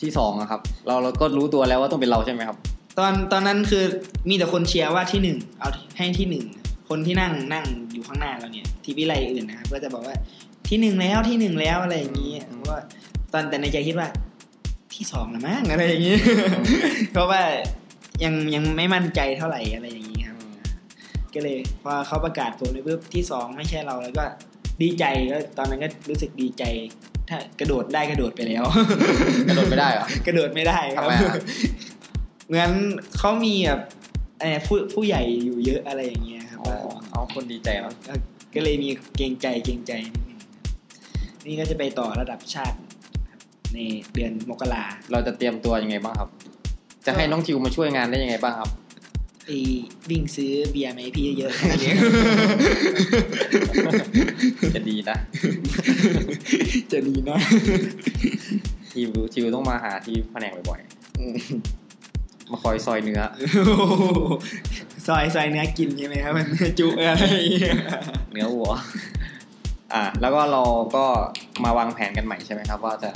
Speaker 1: ที่สองอะครับ เราเราก็รู้ตัวแล้วว่าต้องเป็นเราใช่ไหมครับ
Speaker 2: ตอนตอนนั้นคือมีแต่คนเชียร์ว่าที่หนึ่งเอาให้ที่หนึ่งคนที่นั่งนั่งอยู่ข้างหน้าเราเนี่ย ทีวิไลอื่นนะครับก็จะบอกว่าที่หนึ่งแล้วที่หนึ่งแล้วอะไรอย่างนี้
Speaker 1: อืม
Speaker 2: ว่าตอนแต่ในใจคิดว่า ที่สองละมั้งอะไรอย่างนี้ เพราะว่ายังยังไม่มั่นใจเท่าไหร่อะไรอย่างนี้ครับ ก็เลยพอเขาประกาศผลเลยปุ๊บที่สองไม่ใช่เราแล้วก็ดีใจก็ตอนนั้นก็รู้สึกดีใจ ถ้ากระโดดได้กระโดดไปแล้ว
Speaker 1: กระโดดไม่ได้เหรอ
Speaker 2: กระโดดไม่ได้ครับ
Speaker 1: ทำไมอะ
Speaker 2: เหมือนเขามีแบบเอ่อผู้ผู้ใหญ่อยู่เยอะอะไรอย่างเงี้ยครับ
Speaker 1: อ๋อเอาคนดีใจแล้ว
Speaker 2: ก็ก็เลยมีเกรงใจเกรงใจนิดนึงครับนี่ก็จะไปต่อระดับชาติครับในเดือนมกรา
Speaker 1: เราจะเตรียมตัวยังไงบ้างครับ จะให้น้องทิวมาช่วยงานได้ยังไงบ้าง ครับ
Speaker 2: ไอ้วิ่งซื้อเบียร์ไหมาให้พี่เยอะๆแค่ นี้
Speaker 1: จะดีนะ
Speaker 2: จะดีนะ
Speaker 1: ทิวทิวต้องมาหาที่แผนกบ่อย
Speaker 3: อืม
Speaker 1: ๆมาคอยซอยเนื้อ
Speaker 2: ซอยซอยเนื้อกินใช่ไหมครับมันจุอะไรอย่างเงี้ย
Speaker 1: เนื้อวัว อ่า แล้วก็เราก็มาวางแผนกันใหม่ใช่ไหมครับ ว่าจะ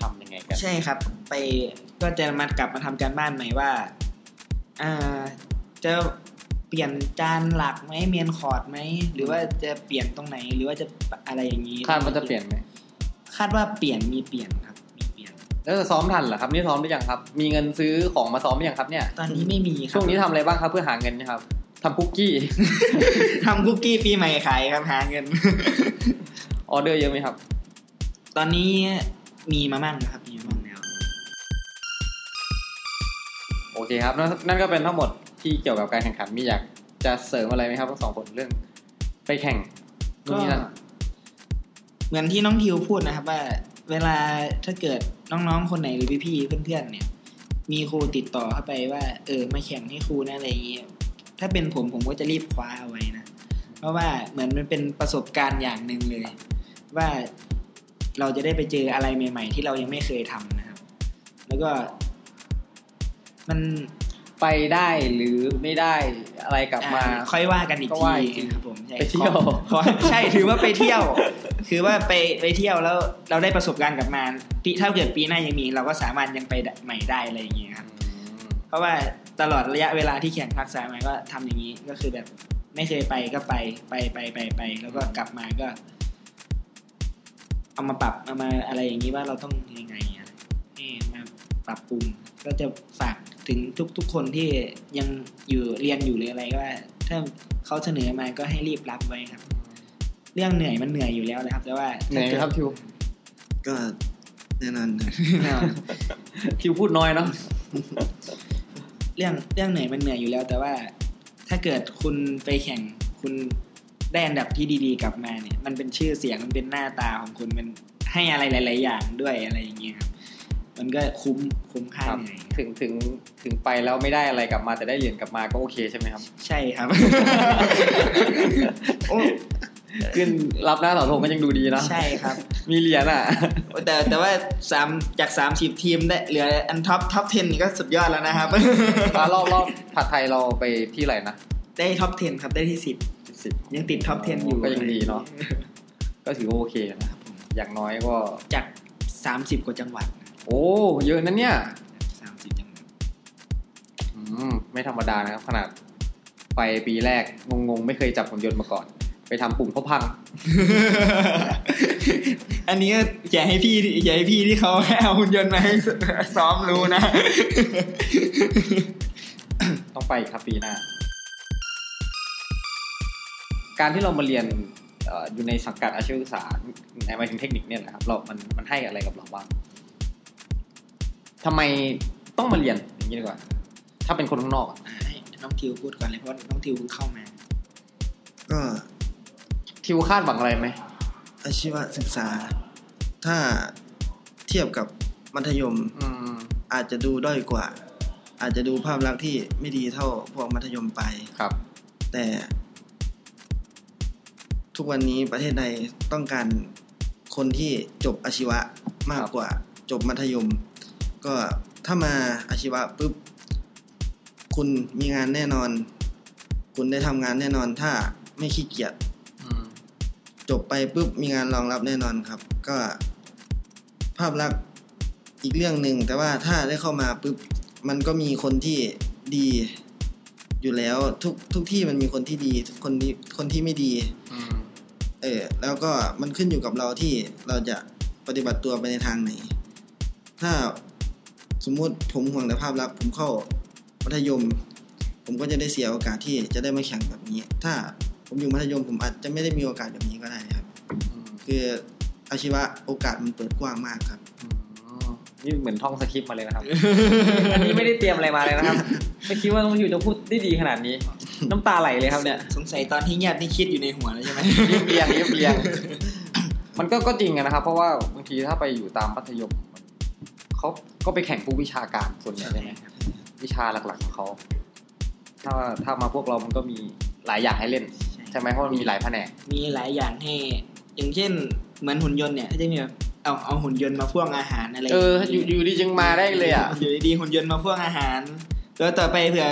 Speaker 1: ทำยังไงกัน
Speaker 2: ใช่ครับ ไปก็จะมากลับมาทำการบ้านใหม่ว่าอ่าจะเปลี่ยนจานหลักไหมเมนคอร์ดไหมหรือว่าจะเปลี่ยนตรงไหนหรือว่าจะอะไรอย่างนี้
Speaker 1: คาดว่าจะเปลี่ยนไหม
Speaker 2: คาดว่าเปลี่ยนมีเปลี่ยนครับ มีเปลี่ยน
Speaker 1: แล้วจะซ้อมทันเหรอครับ นี่ซ้อมหรือยังครับ มีเงินซื้อของมาซ้อมหรือยังครับเนี่ย
Speaker 2: ตอนนี้ไม่มีครับ
Speaker 1: ช่วงนี้ทำอะไรบ้างครับ เพื่อหาเงินเนะครับทำคุกกี้
Speaker 2: ทำคุกกี้ปีใหม่ขายครับหาเงิน
Speaker 1: ออเดอร์เยอะไหมครับ
Speaker 2: ตอนนี้มีมามั่งนะครับมีมามั่งแล้ว
Speaker 1: โอเคครับนั่นนั่นก็เป็นทั้งหมดที่เกี่ยวกับการแข่งขัน มีอยากจะเสริมอะไรไหมครับทั้งสองคนเรื่อง ไปแข่งนู่น
Speaker 2: ก็
Speaker 1: นี่นั่น
Speaker 2: เหมือนที่น้องทิวพูดนะครับ ว่าเวลาถ้าเกิดน้องๆคนไหนหรือพี่ๆเพื่อนๆเนี่ย มีครูติดต่อเข้าไปว่า เออมาแข่งให้ครูนะอะไรอย่างเงี้ยถ้าเป็นผมผมก็จะรีบคว้าเอาไว้นะเพราะว่าเหมือนมันเป็นประสบการณ์อย่างหนึ่งเลย ว่าเราจะได้ไปเจออะไรใหม่ ๆ ที่เรายังไม่เคยทำนะครับ แล้วก็ มัน
Speaker 1: ไปได้หรือไม่ได้อะไรกลับมา
Speaker 2: อ่ค่อยว่ากันอีก
Speaker 1: ก็
Speaker 2: ที
Speaker 1: ว่าอีกที
Speaker 2: ครับผมใช่
Speaker 1: ไปเที่ยว
Speaker 2: ขอขอใช่ ถือว่าไปเที่ยว คือว่าไปไปเที่ยวแล้วเราได้ประสบการณ์กลับมาปีถ้าเกิดปีหน้ายังมี เราก็สามารถยังไปใหม่ได้อะไรอย่างเงี้ยครับ เพราะว่าตลอดระยะเวลาที่แข่งภาคสายมาก็ทำอย่างนี้ก็คือแบบ ไม่เคยไปก็ไปไปไปไปไป แล้วก็กลับมาก็ เอามาปรับเอามาอะไรอย่างนี้ว่าเราต้องยังไงอะนี่มาปรับปรุงก็จะฝาก ถึงทุกๆคนที่ยังอยู่เรียนอยู่หรืออะไรก็ว่าถ้าเขาเสนอมาก็ให้รีบรับไว้ครับ เรื่องเหนื่อยมันเหนื่อยอยู่แล้วนะครับ แต่ว่า
Speaker 1: ไหนครับทิว
Speaker 3: ก็แน่นอนครับ
Speaker 2: แน่นอน
Speaker 1: ทิวพูดน้อยเนาะ
Speaker 2: เรื่องเรื่องเหนื่อยมันเหนื่อยอยู่แล้ว แต่ว่าถ้าเกิดคุณไปแข่งคุณได้อันดับที่ดีๆ กลับมาเนี่ย มันเป็นชื่อเสียงมันเป็นหน้าตาของคุณมันให้อะไรหลาย ๆ อย่างด้วยอะไรอย่างเงี้ยครับมันก็คุ้มคุ้มค่า
Speaker 1: ครับ
Speaker 2: เหนื่อย
Speaker 1: ถึงถึงถึงไปแล้วไม่ได้อะไรกลับมาแต่ได้เหรียญกลับมาก็โอเคใช่ไหมครับ
Speaker 2: ใช่ครับ
Speaker 1: โอ้ขึ้นรับหน้าเสาธงก็ยังดูดีนะ
Speaker 2: ใช่ครับ
Speaker 1: มีเหรียญอ่ะ
Speaker 2: แต่แต่ว่าสามจากสามสิบทีมได้เหลืออันท็อปท็อป10นี่ก็สุดยอดแล้วนะครับ
Speaker 1: อ่ะรอบรอบผัดไทยเราไปที่ไหนนะ
Speaker 2: ได้ท็อป10ครับได้ที่สิบ
Speaker 1: สิบ
Speaker 2: ยังติดท็อป10อยู่
Speaker 1: ก็ยังดีเนาะ ก็ถือว่าโอเคนะครับอย่างน้อยก็
Speaker 2: จากสามสิบกว่าจังหวัดนะ
Speaker 1: โอ้ เยอะนะเนี่ย
Speaker 2: สามสิบจังหวัด
Speaker 1: อืมไม่ธรรมดานะครับ ขนาดไปปีแรก งงๆ ไม่เคยจับผมยนต์มาก่อน ไปทำปุ่มเขาพัง
Speaker 2: อันนี้ก็อย่าให้พี่ที่อย่าให้พี่ที่เขาให้เอาหุ่นยนต์มาให้ซ้อมรู้นะ
Speaker 1: ต้องไปครับปีหน้า การที่เรามาเรียนเอ่ออยู่ในสังกัดอาชีวศึกษาในหมายถึงเทคนิคเนี่ยนะครับ เรา มัน มันให้อะไรกับเราบ้างทำไมต้องมาเรียนอย่างนี้ดีกว่า ถ้าเป็นคนข้างนอกอะ
Speaker 2: ให้น้องทิวพูดก่อนเลยเพราะว่าน้องทิวเพิ่งเข้ามา
Speaker 3: ก็
Speaker 1: ทิวคาดหวังอะไรไหม
Speaker 3: อาชีวศึกษา ถ้าเทียบกับมัธยม
Speaker 1: อืม
Speaker 3: อาจจะดูด้อยกว่า อาจจะดูภาพลักษณ์ที่ไม่ดีเท่าพวกมัธยมไปลาย
Speaker 1: ครับ
Speaker 3: แต่ทุกวันนี้ประเทศไทยต้องการคนที่จบอาชีวะมากกว่าจบมัธยม ก็ถ้ามาอาชีวะปุ๊บคุณมีงานแน่นอน คุณได้ทำงานแน่นอน ถ้าไม่ขี้เกียจ
Speaker 1: อืม
Speaker 3: จบไปปุ๊บมีงานรองรับแน่นอนครับ ก็ภาพลักษณ์อีกเรื่องหนึ่งแต่ว่าถ้าได้เข้ามาปุ๊บมันก็มีคนที่ดี อยู่แล้วทุกทุกที่มันมีคนที่ดีทุกคนที่คนที่ไม่ดี
Speaker 1: อืม
Speaker 3: เออแล้วก็มันขึ้นอยู่กับเราที่เราจะปฏิบัติตัวไปในทางไหน ถ้าสมมุติผมห่วงแต่ภาพลักษณ์ผมเข้ามัธยม ผมก็จะได้เสียโอกาสที่จะได้มาแข่งแบบนี้ ถ้าผมอยู่มัธยมผมอาจจะไม่ได้มีโอกาสแบบนี้ก็ได้ครับ คืออาชีวะโอกาสมันเปิดกว้างมากครับ
Speaker 1: อืมนี่เหมือนท่องสคริปต์มาเลย นะครับ อันนี้ไม่ได้เตรียมอะไรมาเลย นะครับ ไม่คิดว่าน้องอยู่จะพูดได้ดีขนาดนี้ น้ำตาไหลเลยครับเนี่ย
Speaker 2: สงสัยตอนที่เงียบนี่คิดอยู่ในหัวแล้วใช่ไหม
Speaker 1: เรียบเรียงเรียบเรียง มันก็ก็จริงอะนะครับ เพราะว่าบางทีถ้าไปอยู่ตามมัธยมมันเขาก็ไปแข่งพวกวิชาการส่วนใหญ่ใช่ไหมวิชาหลักๆของเขาถ้าถ้ามาพวกเรามันก็มีหลายอย่างให้เล่น ใช่ไหมเพราะมันมีหลายแผนก
Speaker 2: มีหลายอย่างให้ อย่างเช่น เหมือนหุ่นยนต์เนี่ยก็จะมีแบบเอาเอาหุ่นยนต์มาพ่วงอาหารอะไร
Speaker 1: เออ อยู่อยู่ดีจึงมาได้เลยอ่ะ
Speaker 2: อยู่ดีๆหุ่นยนต์มาพ่วงอาหาร แล้วต่อไปเผื่อ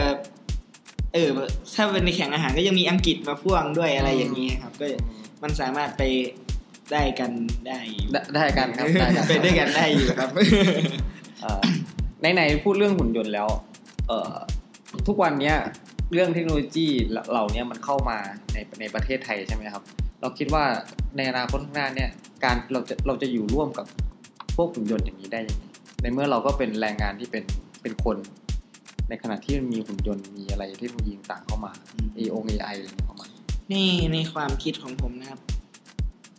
Speaker 2: เออถ้าเป็นในแข่งอาหารก็ยังมีอังกฤษมาพ่วงด้วยอะไรอย่างนี้ครับก็ มันสามารถไปได้กันได้อยู่
Speaker 1: ได้ได้กันครับได้กัน
Speaker 2: ไปด้วยกันได้อยู่ครับ
Speaker 1: เอ่อไหนๆพูดเรื่องหุ่นยนต์แล้ว เอ่อทุกวันเนี้ยเรื่องเทคโนโลยีเหล่าเนี้ยมันเข้ามาในในประเทศไทยใช่ไหมครับ เราคิดว่าในอนาคตข้างหน้าเนี่ยการเราจะเราจะอยู่ร่วมกับพวกหุ่นยนต์อย่างนี้ได้ยังไงในเมื่อเราก็เป็นแรงงานที่เป็นเป็นคน ในขณะที่มันมีหุ่นยนต์มีอะไรเทคโนโลยีต่างเข้ามา A O A I อะไรอย่างเงี้ยเข้ามา
Speaker 2: ในในความคิดของผมนะครับ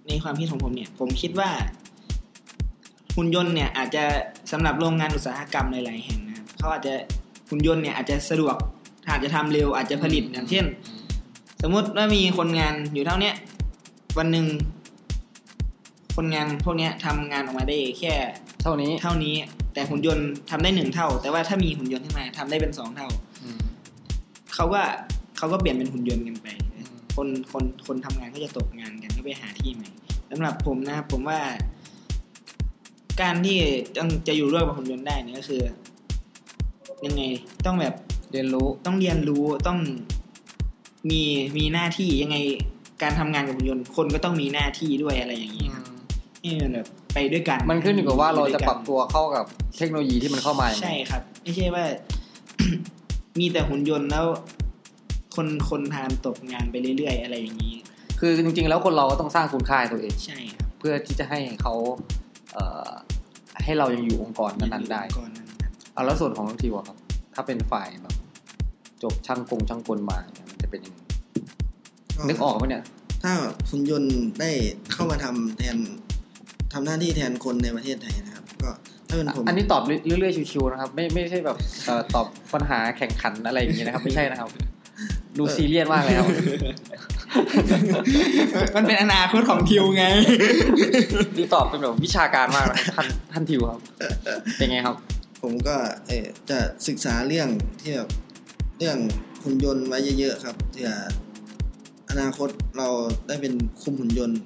Speaker 2: ในความคิดของผมเนี่ย ผมคิดว่า หุ่นยนต์เนี่ยอาจจะสำหรับโรงงานอุตสาหกรรมหลายๆแห่งนะครับเขาอาจจะหุ่นยนต์เนี่ยอาจจะสะดวกอาจจะทำเร็วอาจจะผลิตอย่างเช่น สมมุติว่ามีคนงานอยู่เท่าเนี้ยวันหนึ่งคนงานพวกเนี้ยทำงานออกมาได้แค่
Speaker 1: เท่านี้
Speaker 2: เท่านี้ แต่หุ่นยนต์ทำได้หนึ่งเท่า แต่ว่าถ้ามีหุ่นยนต์ขึ้นมาทำได้เป็นสองเท่า
Speaker 1: อืม
Speaker 2: เขาก็เขาก็เปลี่ยนเป็นหุ่นยนต์กันไป คนคนคนทำงานก็จะตกงานกันก็ไปหาที่ใหม่สำหรับผมนะครับผมว่า การที่ต้องจะอยู่ร่วมกับหุ่นยนต์ได้เนี่ยก็คือ ยังไงต้องแบบ
Speaker 1: เรียนรู้
Speaker 2: ต้องเรียนรู้ต้องมีมีหน้าที่ยังไงการทำงานกับหุ่นยนต์ คนก็ต้องมีหน้าที่ด้วยอะไรอย่างนี้ครับนี่มันแบบไปด้วยกัน
Speaker 1: มันขึ้นอยู่กับว่าเราจะ
Speaker 2: ไปด้วย
Speaker 1: ป
Speaker 2: กั
Speaker 1: รั
Speaker 2: น
Speaker 1: บตัวเข้ากับเทคโนโลยีที่มันเข้ามายังไง
Speaker 2: ใช่ครับ ไม่ใช่ว่า มีแต่หุ่นยนต์แล้ว คนคนทานตกงานไปเรื่อยๆ อะไรอย่างนี้
Speaker 1: คือจริงๆ แล้วคนเราก็ต้องสร้างคุณค่าให้ตัวเอง
Speaker 2: ใช่ครับ
Speaker 1: เพื่อที่จะให้เขาเอ่อให้เรายังอยู่องค์กรนั้นๆได้
Speaker 2: ก่อนนั้น
Speaker 1: เอาแล้วส่วนของน้องทิวอะครับท ถ้าเป็นฝ่ายแบบจบช่างกงช่างกลมาเนี่ยมันจะเป็นยังไงนึกออกไหมเนี่ย
Speaker 3: ถ้าคุณยนต์ได้เข้ามาทำแทนทำหน้าที่แทนคนในประเทศไทยนะครับ ก็ถ้าเป็นผม
Speaker 1: อันนี้ตอบเรื่อยๆชิวๆนะครับ ไม่ไม่ใช่แบบเอ่อตอบปัญหาแข่งขันอะไรอย่างเงี้ยนะครับ ไม่ใช่นะครับ ดูซีเรียสมากเลยครับ
Speaker 2: มัน เป็นอนาคตของทิวไง
Speaker 1: ดูตอบเป็นแบบวิชาการมากนะครับท่านท่านทิวครับ เป็นไงครับ
Speaker 3: ผมก็เออจะศึกษาเรื่องที่แบบเรื่องหุ่นยนต์ไว้เยอะๆครับเผื่ออนาคตเราได้เป็นคุมหุ่นยนต์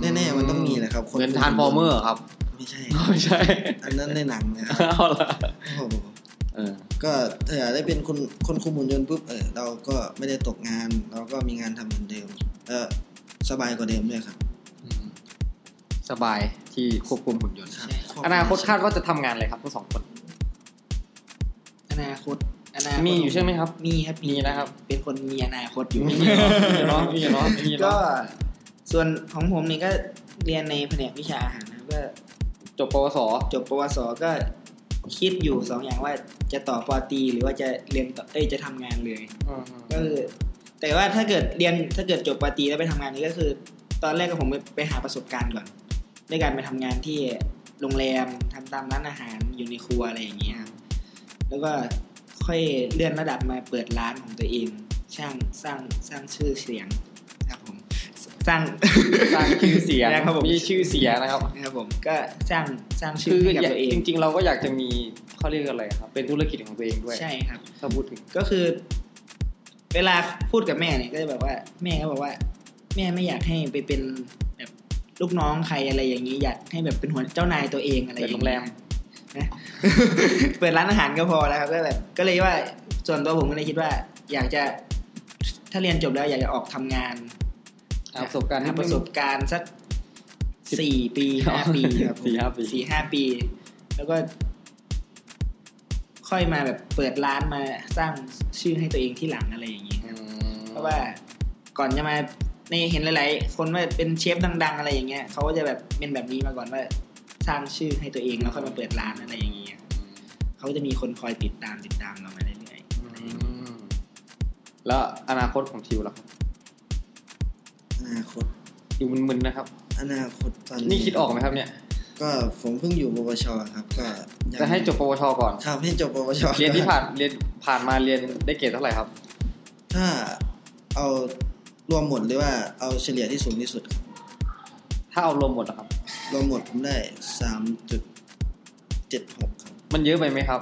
Speaker 3: แน่ๆมันต้องมีแหละครับ
Speaker 1: เหมือนทานฟอร์เมอร์ครับ
Speaker 3: ไม่ใช่
Speaker 1: ไม่ใช่
Speaker 3: อันนั้นในหนังนะครับ
Speaker 1: เอาละ
Speaker 3: โอ้โห
Speaker 1: เออ
Speaker 3: ก็เผื่อได้เป็นคนคนคุมหุ่นยนต์ปุ๊บเออเราก็ไม่ได้ตกงาน เราก็มีงานทำเหมือนเดิมแล้วสบายกว่าเดิมด้วยครับ
Speaker 1: อืมสบายที่ควบคุมหุ่นยนต์
Speaker 3: ครับ
Speaker 1: อนาคตคาดว่าจะทำงานอะไรครับทั้งสองคน
Speaker 2: อนาคตอนาคต
Speaker 1: มีอยู่ใช่ไหมครับ
Speaker 2: มีครับ
Speaker 1: มีนะครับ
Speaker 2: เป็นคนมีอนาคตอยู่
Speaker 1: มีเนาะมีเนาะมีเนาะมี
Speaker 2: ก็
Speaker 1: เนาะ
Speaker 2: ส่วนของผมนี่ก็เรียนในแผนกวิชาอาหารนะครับก็
Speaker 1: จบปวส
Speaker 2: จบปวสก็คิดอยู่สองอย่างว่าจะต่อปอตรีหรือว่าจะเรียนต่อเอ้ยจะทำงานเลย ก็คือแต่ว่าถ้าเกิดเรียนถ้าเกิดจบปอตรีแล้วไปทำงานนี่ก็คือ ตอนแรกก็ผมไปไปหาประสบการณ์ก่อนด้วยการไปทำงานที่โรงแรมทำตามร้านอาหารอยู่ในครัวอะไรอย่างเงี้ยครับแล้วก็ค่อยเลื่อนระดับมาเปิดร้านของตัวเองสร้างสร้างสร้างชื่อเสียงครับผมสร้าง
Speaker 1: สร้างชื่อเสียง
Speaker 2: นะครับผม
Speaker 1: มีชื่อเสียงนะครับ
Speaker 2: นะครับผมก็สร้างสร้างชื่
Speaker 1: คือ อ
Speaker 2: ให้กับตัวเอ
Speaker 1: จ
Speaker 2: ง
Speaker 1: ริงๆ เราก็อยากจะมีเขาเรียกอะไรครับ เป็นธุรกิจของตัวเองด้วย
Speaker 2: ใช่ครับ
Speaker 1: ถ้าพูดถึง
Speaker 2: ก็คือ เวลาพูดกับแม่เนี่ยก็จะแบบว่า แม่ก็บอกว่า แม่ไม่อยากให้ไปเป็นแบบลูกน้องใครอะไรอย่างนี้อยากให้แบบเป็นหัวเจ้านายตัวเองอะไรอ
Speaker 1: เปิ
Speaker 2: ย่าง
Speaker 1: ดโรงแรม
Speaker 2: นะ เปิดร้านอาหารก็พอแล้วครับก็แบบก็เลยว่าส่วนตัวผมก็เลยคิดว่า อยากจะถ้าเรียนจบแล้วอยากจะออกทำงาน
Speaker 1: หาประสบการณ์
Speaker 2: ห
Speaker 1: ที่
Speaker 2: ประสบการณ์สัก
Speaker 1: สิบ
Speaker 2: สี่ปีห้า ปีครับผม
Speaker 1: สี่ห้าปี
Speaker 2: สี่ห้าปี แล้วก็ ค่อยมาแบบเปิดร้านมาสร้างชื่อให้ตัวเองที่หลังอะไรอย่างนี้ครับ เพราะว่าก่อนจะมาในเห็นหลายๆ คนว่าเป็นเชฟดัง ๆ อะไรอย่างเงี้ยเขาก็จะแบบเป็นแบบนี้มาก่อนว่าสร้างชื่อให้ตัวเองแล้วค่อยมาเปิดร้านอะไรอย่างเงี้ยเขาก็จะมีคนคอยติดตามติดตามเรามาเรื่อย
Speaker 1: อืมแล้วอนาคตของทิวล่ะครับ
Speaker 3: อนาคต
Speaker 1: ดูมึนๆนะครับ
Speaker 3: อนาคตตอน
Speaker 1: นี่คิดออกไหมครับเนี่ย
Speaker 3: ก็ผมเพิ่งอยู่ปวชครับ ก็ยัง
Speaker 1: จะให้จบปวชก่อน
Speaker 3: ครับให้จบปวช
Speaker 1: เรียนที่ผ่านเรียนผ่านมาเรียนได้เกรดเท่าไหร่ครับ
Speaker 3: ถ้าเอารวมหมดหรือว่าเอาเฉลี่ยที่สูงที่สุดครับ
Speaker 1: ถ้าเอารวมหมดนะครับ
Speaker 3: รวมหมดผมได้สามจุดเจ็ดหกครับ
Speaker 1: มันเยอะไปไหมครับ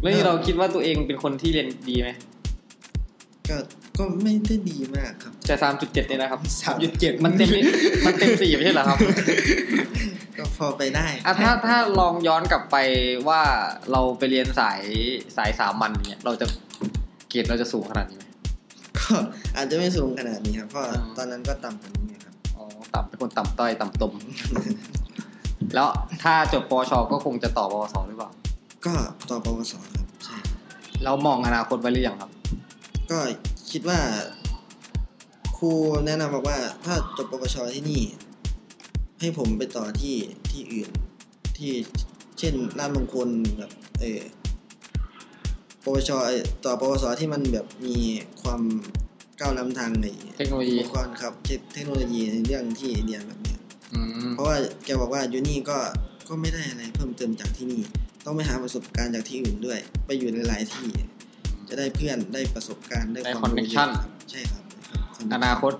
Speaker 1: แล้วนี่
Speaker 3: เออ
Speaker 1: เราคิดว่าตัวเองเป็นคนที่เรียนดีไหม
Speaker 3: ก็ก็ไม่ได้ดีมากครับ
Speaker 1: แต่สามจุดเจ็ดเนี่ยนะครับ
Speaker 3: 3.7
Speaker 1: มันเต็มมันเต็มสี่ไม่ใช่เหรอครับ
Speaker 3: ก็พอไปได้
Speaker 1: อ่ะถ้าถ้าลองย้อนกลับไปว่าเราไปเรียนสายสายสามัญเนี่ยเราจะเกรดเราจะสูงขนาดนี้ไหม
Speaker 3: ก็อาจจะไม่สูงขนาดนี้ครับเพราะ
Speaker 1: อ่า
Speaker 3: ตอนนั้นก็ต่ำกว่านี้ครับ
Speaker 1: อ๋อต่ำเป็นคนต่ำต้อยต่ำตม แล้วถ้าจบปวชก็คงจะต่อปวสหรือเปล่า
Speaker 3: ก็ต่อปวสครับใช่ครับ
Speaker 1: เรามองอนาคตไว้หรือยังครับ
Speaker 3: ก็คิดว่า ครูแนะนำบอกว่า ถ้าจบปวชที่นี่ ให้ผมไปต่อที่ที่อื่น ที่เช่นร้านมงคลแบบเออปวชเอ่อต่อปวสที่มันแบบมีความก้าวล้ำทางใน
Speaker 1: เทคโนโลยี
Speaker 3: อุปกรณ์ครับเทคเทคโนโลยีในเรื่องที่เรียนแบบเนี้ย
Speaker 1: อืม
Speaker 3: เพราะว่าแกบอกว่าอยู่นี่ก็ก็ไม่ได้อะไรเพิ่มเติมจากที่นี่ ต้องไปหาประสบการณ์จากที่อื่นด้วย ไปอยู่ในหลายที่ จะได้เพื่อนได้ประสบการณ์ได้
Speaker 1: ใน
Speaker 3: ควา
Speaker 1: คอน
Speaker 3: ม
Speaker 1: เนค
Speaker 3: รู้
Speaker 1: ชั่น
Speaker 3: เยอะครับใช่ครับรับ
Speaker 1: อนาคต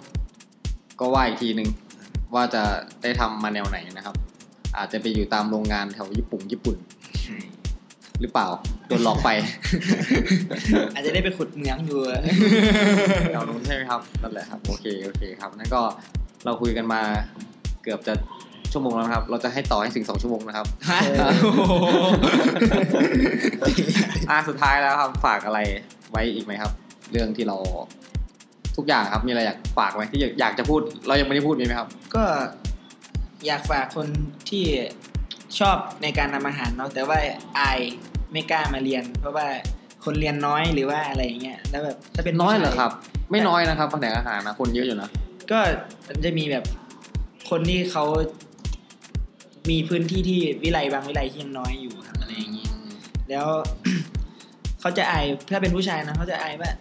Speaker 1: ก็ว่าอีกทีหนึ่งว่าจะได้ทำมาแนวไหนนะครับ อาจจะไปอยู่ตามโรงงานแถวญี่ปุ่นญี่ปุ่น หรือเปล่าโดนหลอกไป
Speaker 2: ๆ อาจจะได้ไปขุดเหมืองอยู่
Speaker 1: แนวนู้นใช่ไหมครับนั่นแหละครับโอเคโอเคครับนั่นก็เราคุยกันมาเกือบจะชั่วโมงแล้วนะครับ เราจะให้ต่อให้ถึงสองชั่วโมงนะครับ
Speaker 2: ฮะ
Speaker 1: เออ
Speaker 2: โอ้โห
Speaker 1: อ่าสุดท้ายแล้วครับฝากอะไรไว้อีกไหมครับ เรื่องที่เรา ทุกอย่างครับมีอะไรอยากฝากไหมที่อยากอยากจะพูด เรายังไม่ได้พูดมีไหมครับ
Speaker 2: ก็อยากฝากคนที่ชอบในการทำอาหารเนาะแต่ว่าอายไม่กล้ามาเรียน เพราะว่าคนเรียนน้อยหรือว่าอะไรอย่างเงี้ยแล้วแบบถ้าเป็น
Speaker 1: น้อย
Speaker 2: ผู้ชา
Speaker 1: เหรอครับ ไม่น้อยนะครับแผนกอาหารนะคนเยอะอยู่นะ
Speaker 2: ก็มันจะมีแบบคนที่เขามีพื้นที่ที่วิไลบางวิไลที่ยังน้อยอยู่ครับอะไรอย่างนี้ ห แล้ว เขาจะอายถ้าเป็นผู้ชายนะเขาจะอายว่า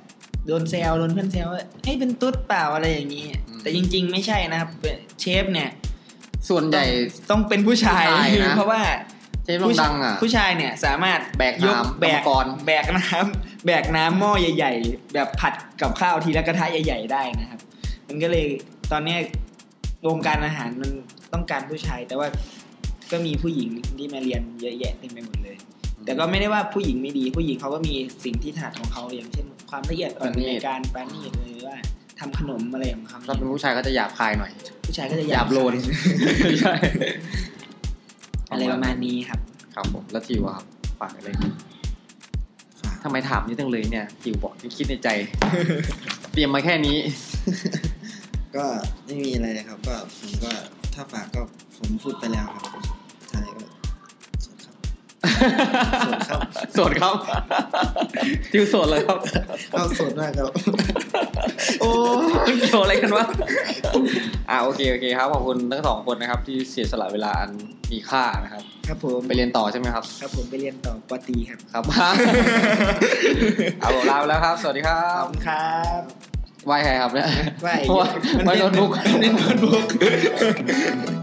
Speaker 2: โดนแซวโดนเพื่อนแซวว่าเฮ้ยเป็นตุ๊ดเปล่าอะไรอย่างนี้
Speaker 1: อืม
Speaker 2: แต่จริง ๆ ไม่ใช่นะครับเป็นเชฟเนี่ย
Speaker 1: ส่วนใหญ่
Speaker 2: ต้องเป็นผู้ชาย
Speaker 1: ผู้ชายนะ
Speaker 2: เพราะว่า
Speaker 1: เชฟลงดังอ่ะ
Speaker 2: ผู้ชายเนี่ยสามารถ
Speaker 1: แบก
Speaker 2: ยก
Speaker 1: น้ำ
Speaker 2: แบก
Speaker 1: อุปกรณ์
Speaker 2: แบกน้ำ แบกน้ำหม้อใหญ่ ๆ แบบผัดกับข้าวทีละกระทะใหญ่ ๆ ได้นะครับ มันก็เลยตอนเนี้ยวงการอาหารมันต้องการผู้ชาย แต่ว่าก็มีผู้หญิงที่มาเรียนเยอะแยะเต็มไปหมดเลย แต่ก็ไม่ได้ว่าผู้หญิงไม่ดี ผู้หญิงเขาก็มีสิ่งที่ถนัดของเขาอย่างเช่น ความละเอียดอ่อนในการปราณีตหรือว่าทำขนมอะไรของเขา
Speaker 1: ถ้าเป็นผู้ชายก็จะหยาบคายหน่อย
Speaker 2: ผู้ชายก็จะ
Speaker 1: หยาบโลนใช่
Speaker 2: อะไรประมาณนี้ครับ
Speaker 1: ครับผมแล้วทิวอะครับฝากอะไร
Speaker 3: ฝาก
Speaker 1: ทำไมถามนี่ตั้งเลยเนี่ยทิวบอกที่คิด ในใจ เตรียมมาแค่นี้
Speaker 3: ก็ไม่มีอะไรเลยครับ ก็ผมก็ถ้าฝากก็ผมพูดไปแล้วครับท้ายก็สวัสดีครับ สดครับ
Speaker 1: สดครับทิวสดเลยครับ
Speaker 3: เอาสดมากครับ
Speaker 1: โอ้เกี่ยวอะไรกันวะอ่าโอเคโอเคครับขอบคุณทั้งสองคนนะครับ ที่เสียสละเวลาอันมีค่านะครับ
Speaker 2: ครับผม
Speaker 1: ไปเรียนต่อใช่ไหมครับ
Speaker 2: ครับผมไปเรียนต่อปอตรีครับ
Speaker 1: ครับ เอาผมลาไปแล้วครับ สวัสดีครั
Speaker 2: ข
Speaker 1: บ
Speaker 2: อบคุณครับ
Speaker 1: ไหวใครครับเนี่ย
Speaker 2: ไหว้
Speaker 1: ไหว้โน้ตบุ๊ก
Speaker 2: มันเล่นโน้ตบุ๊ก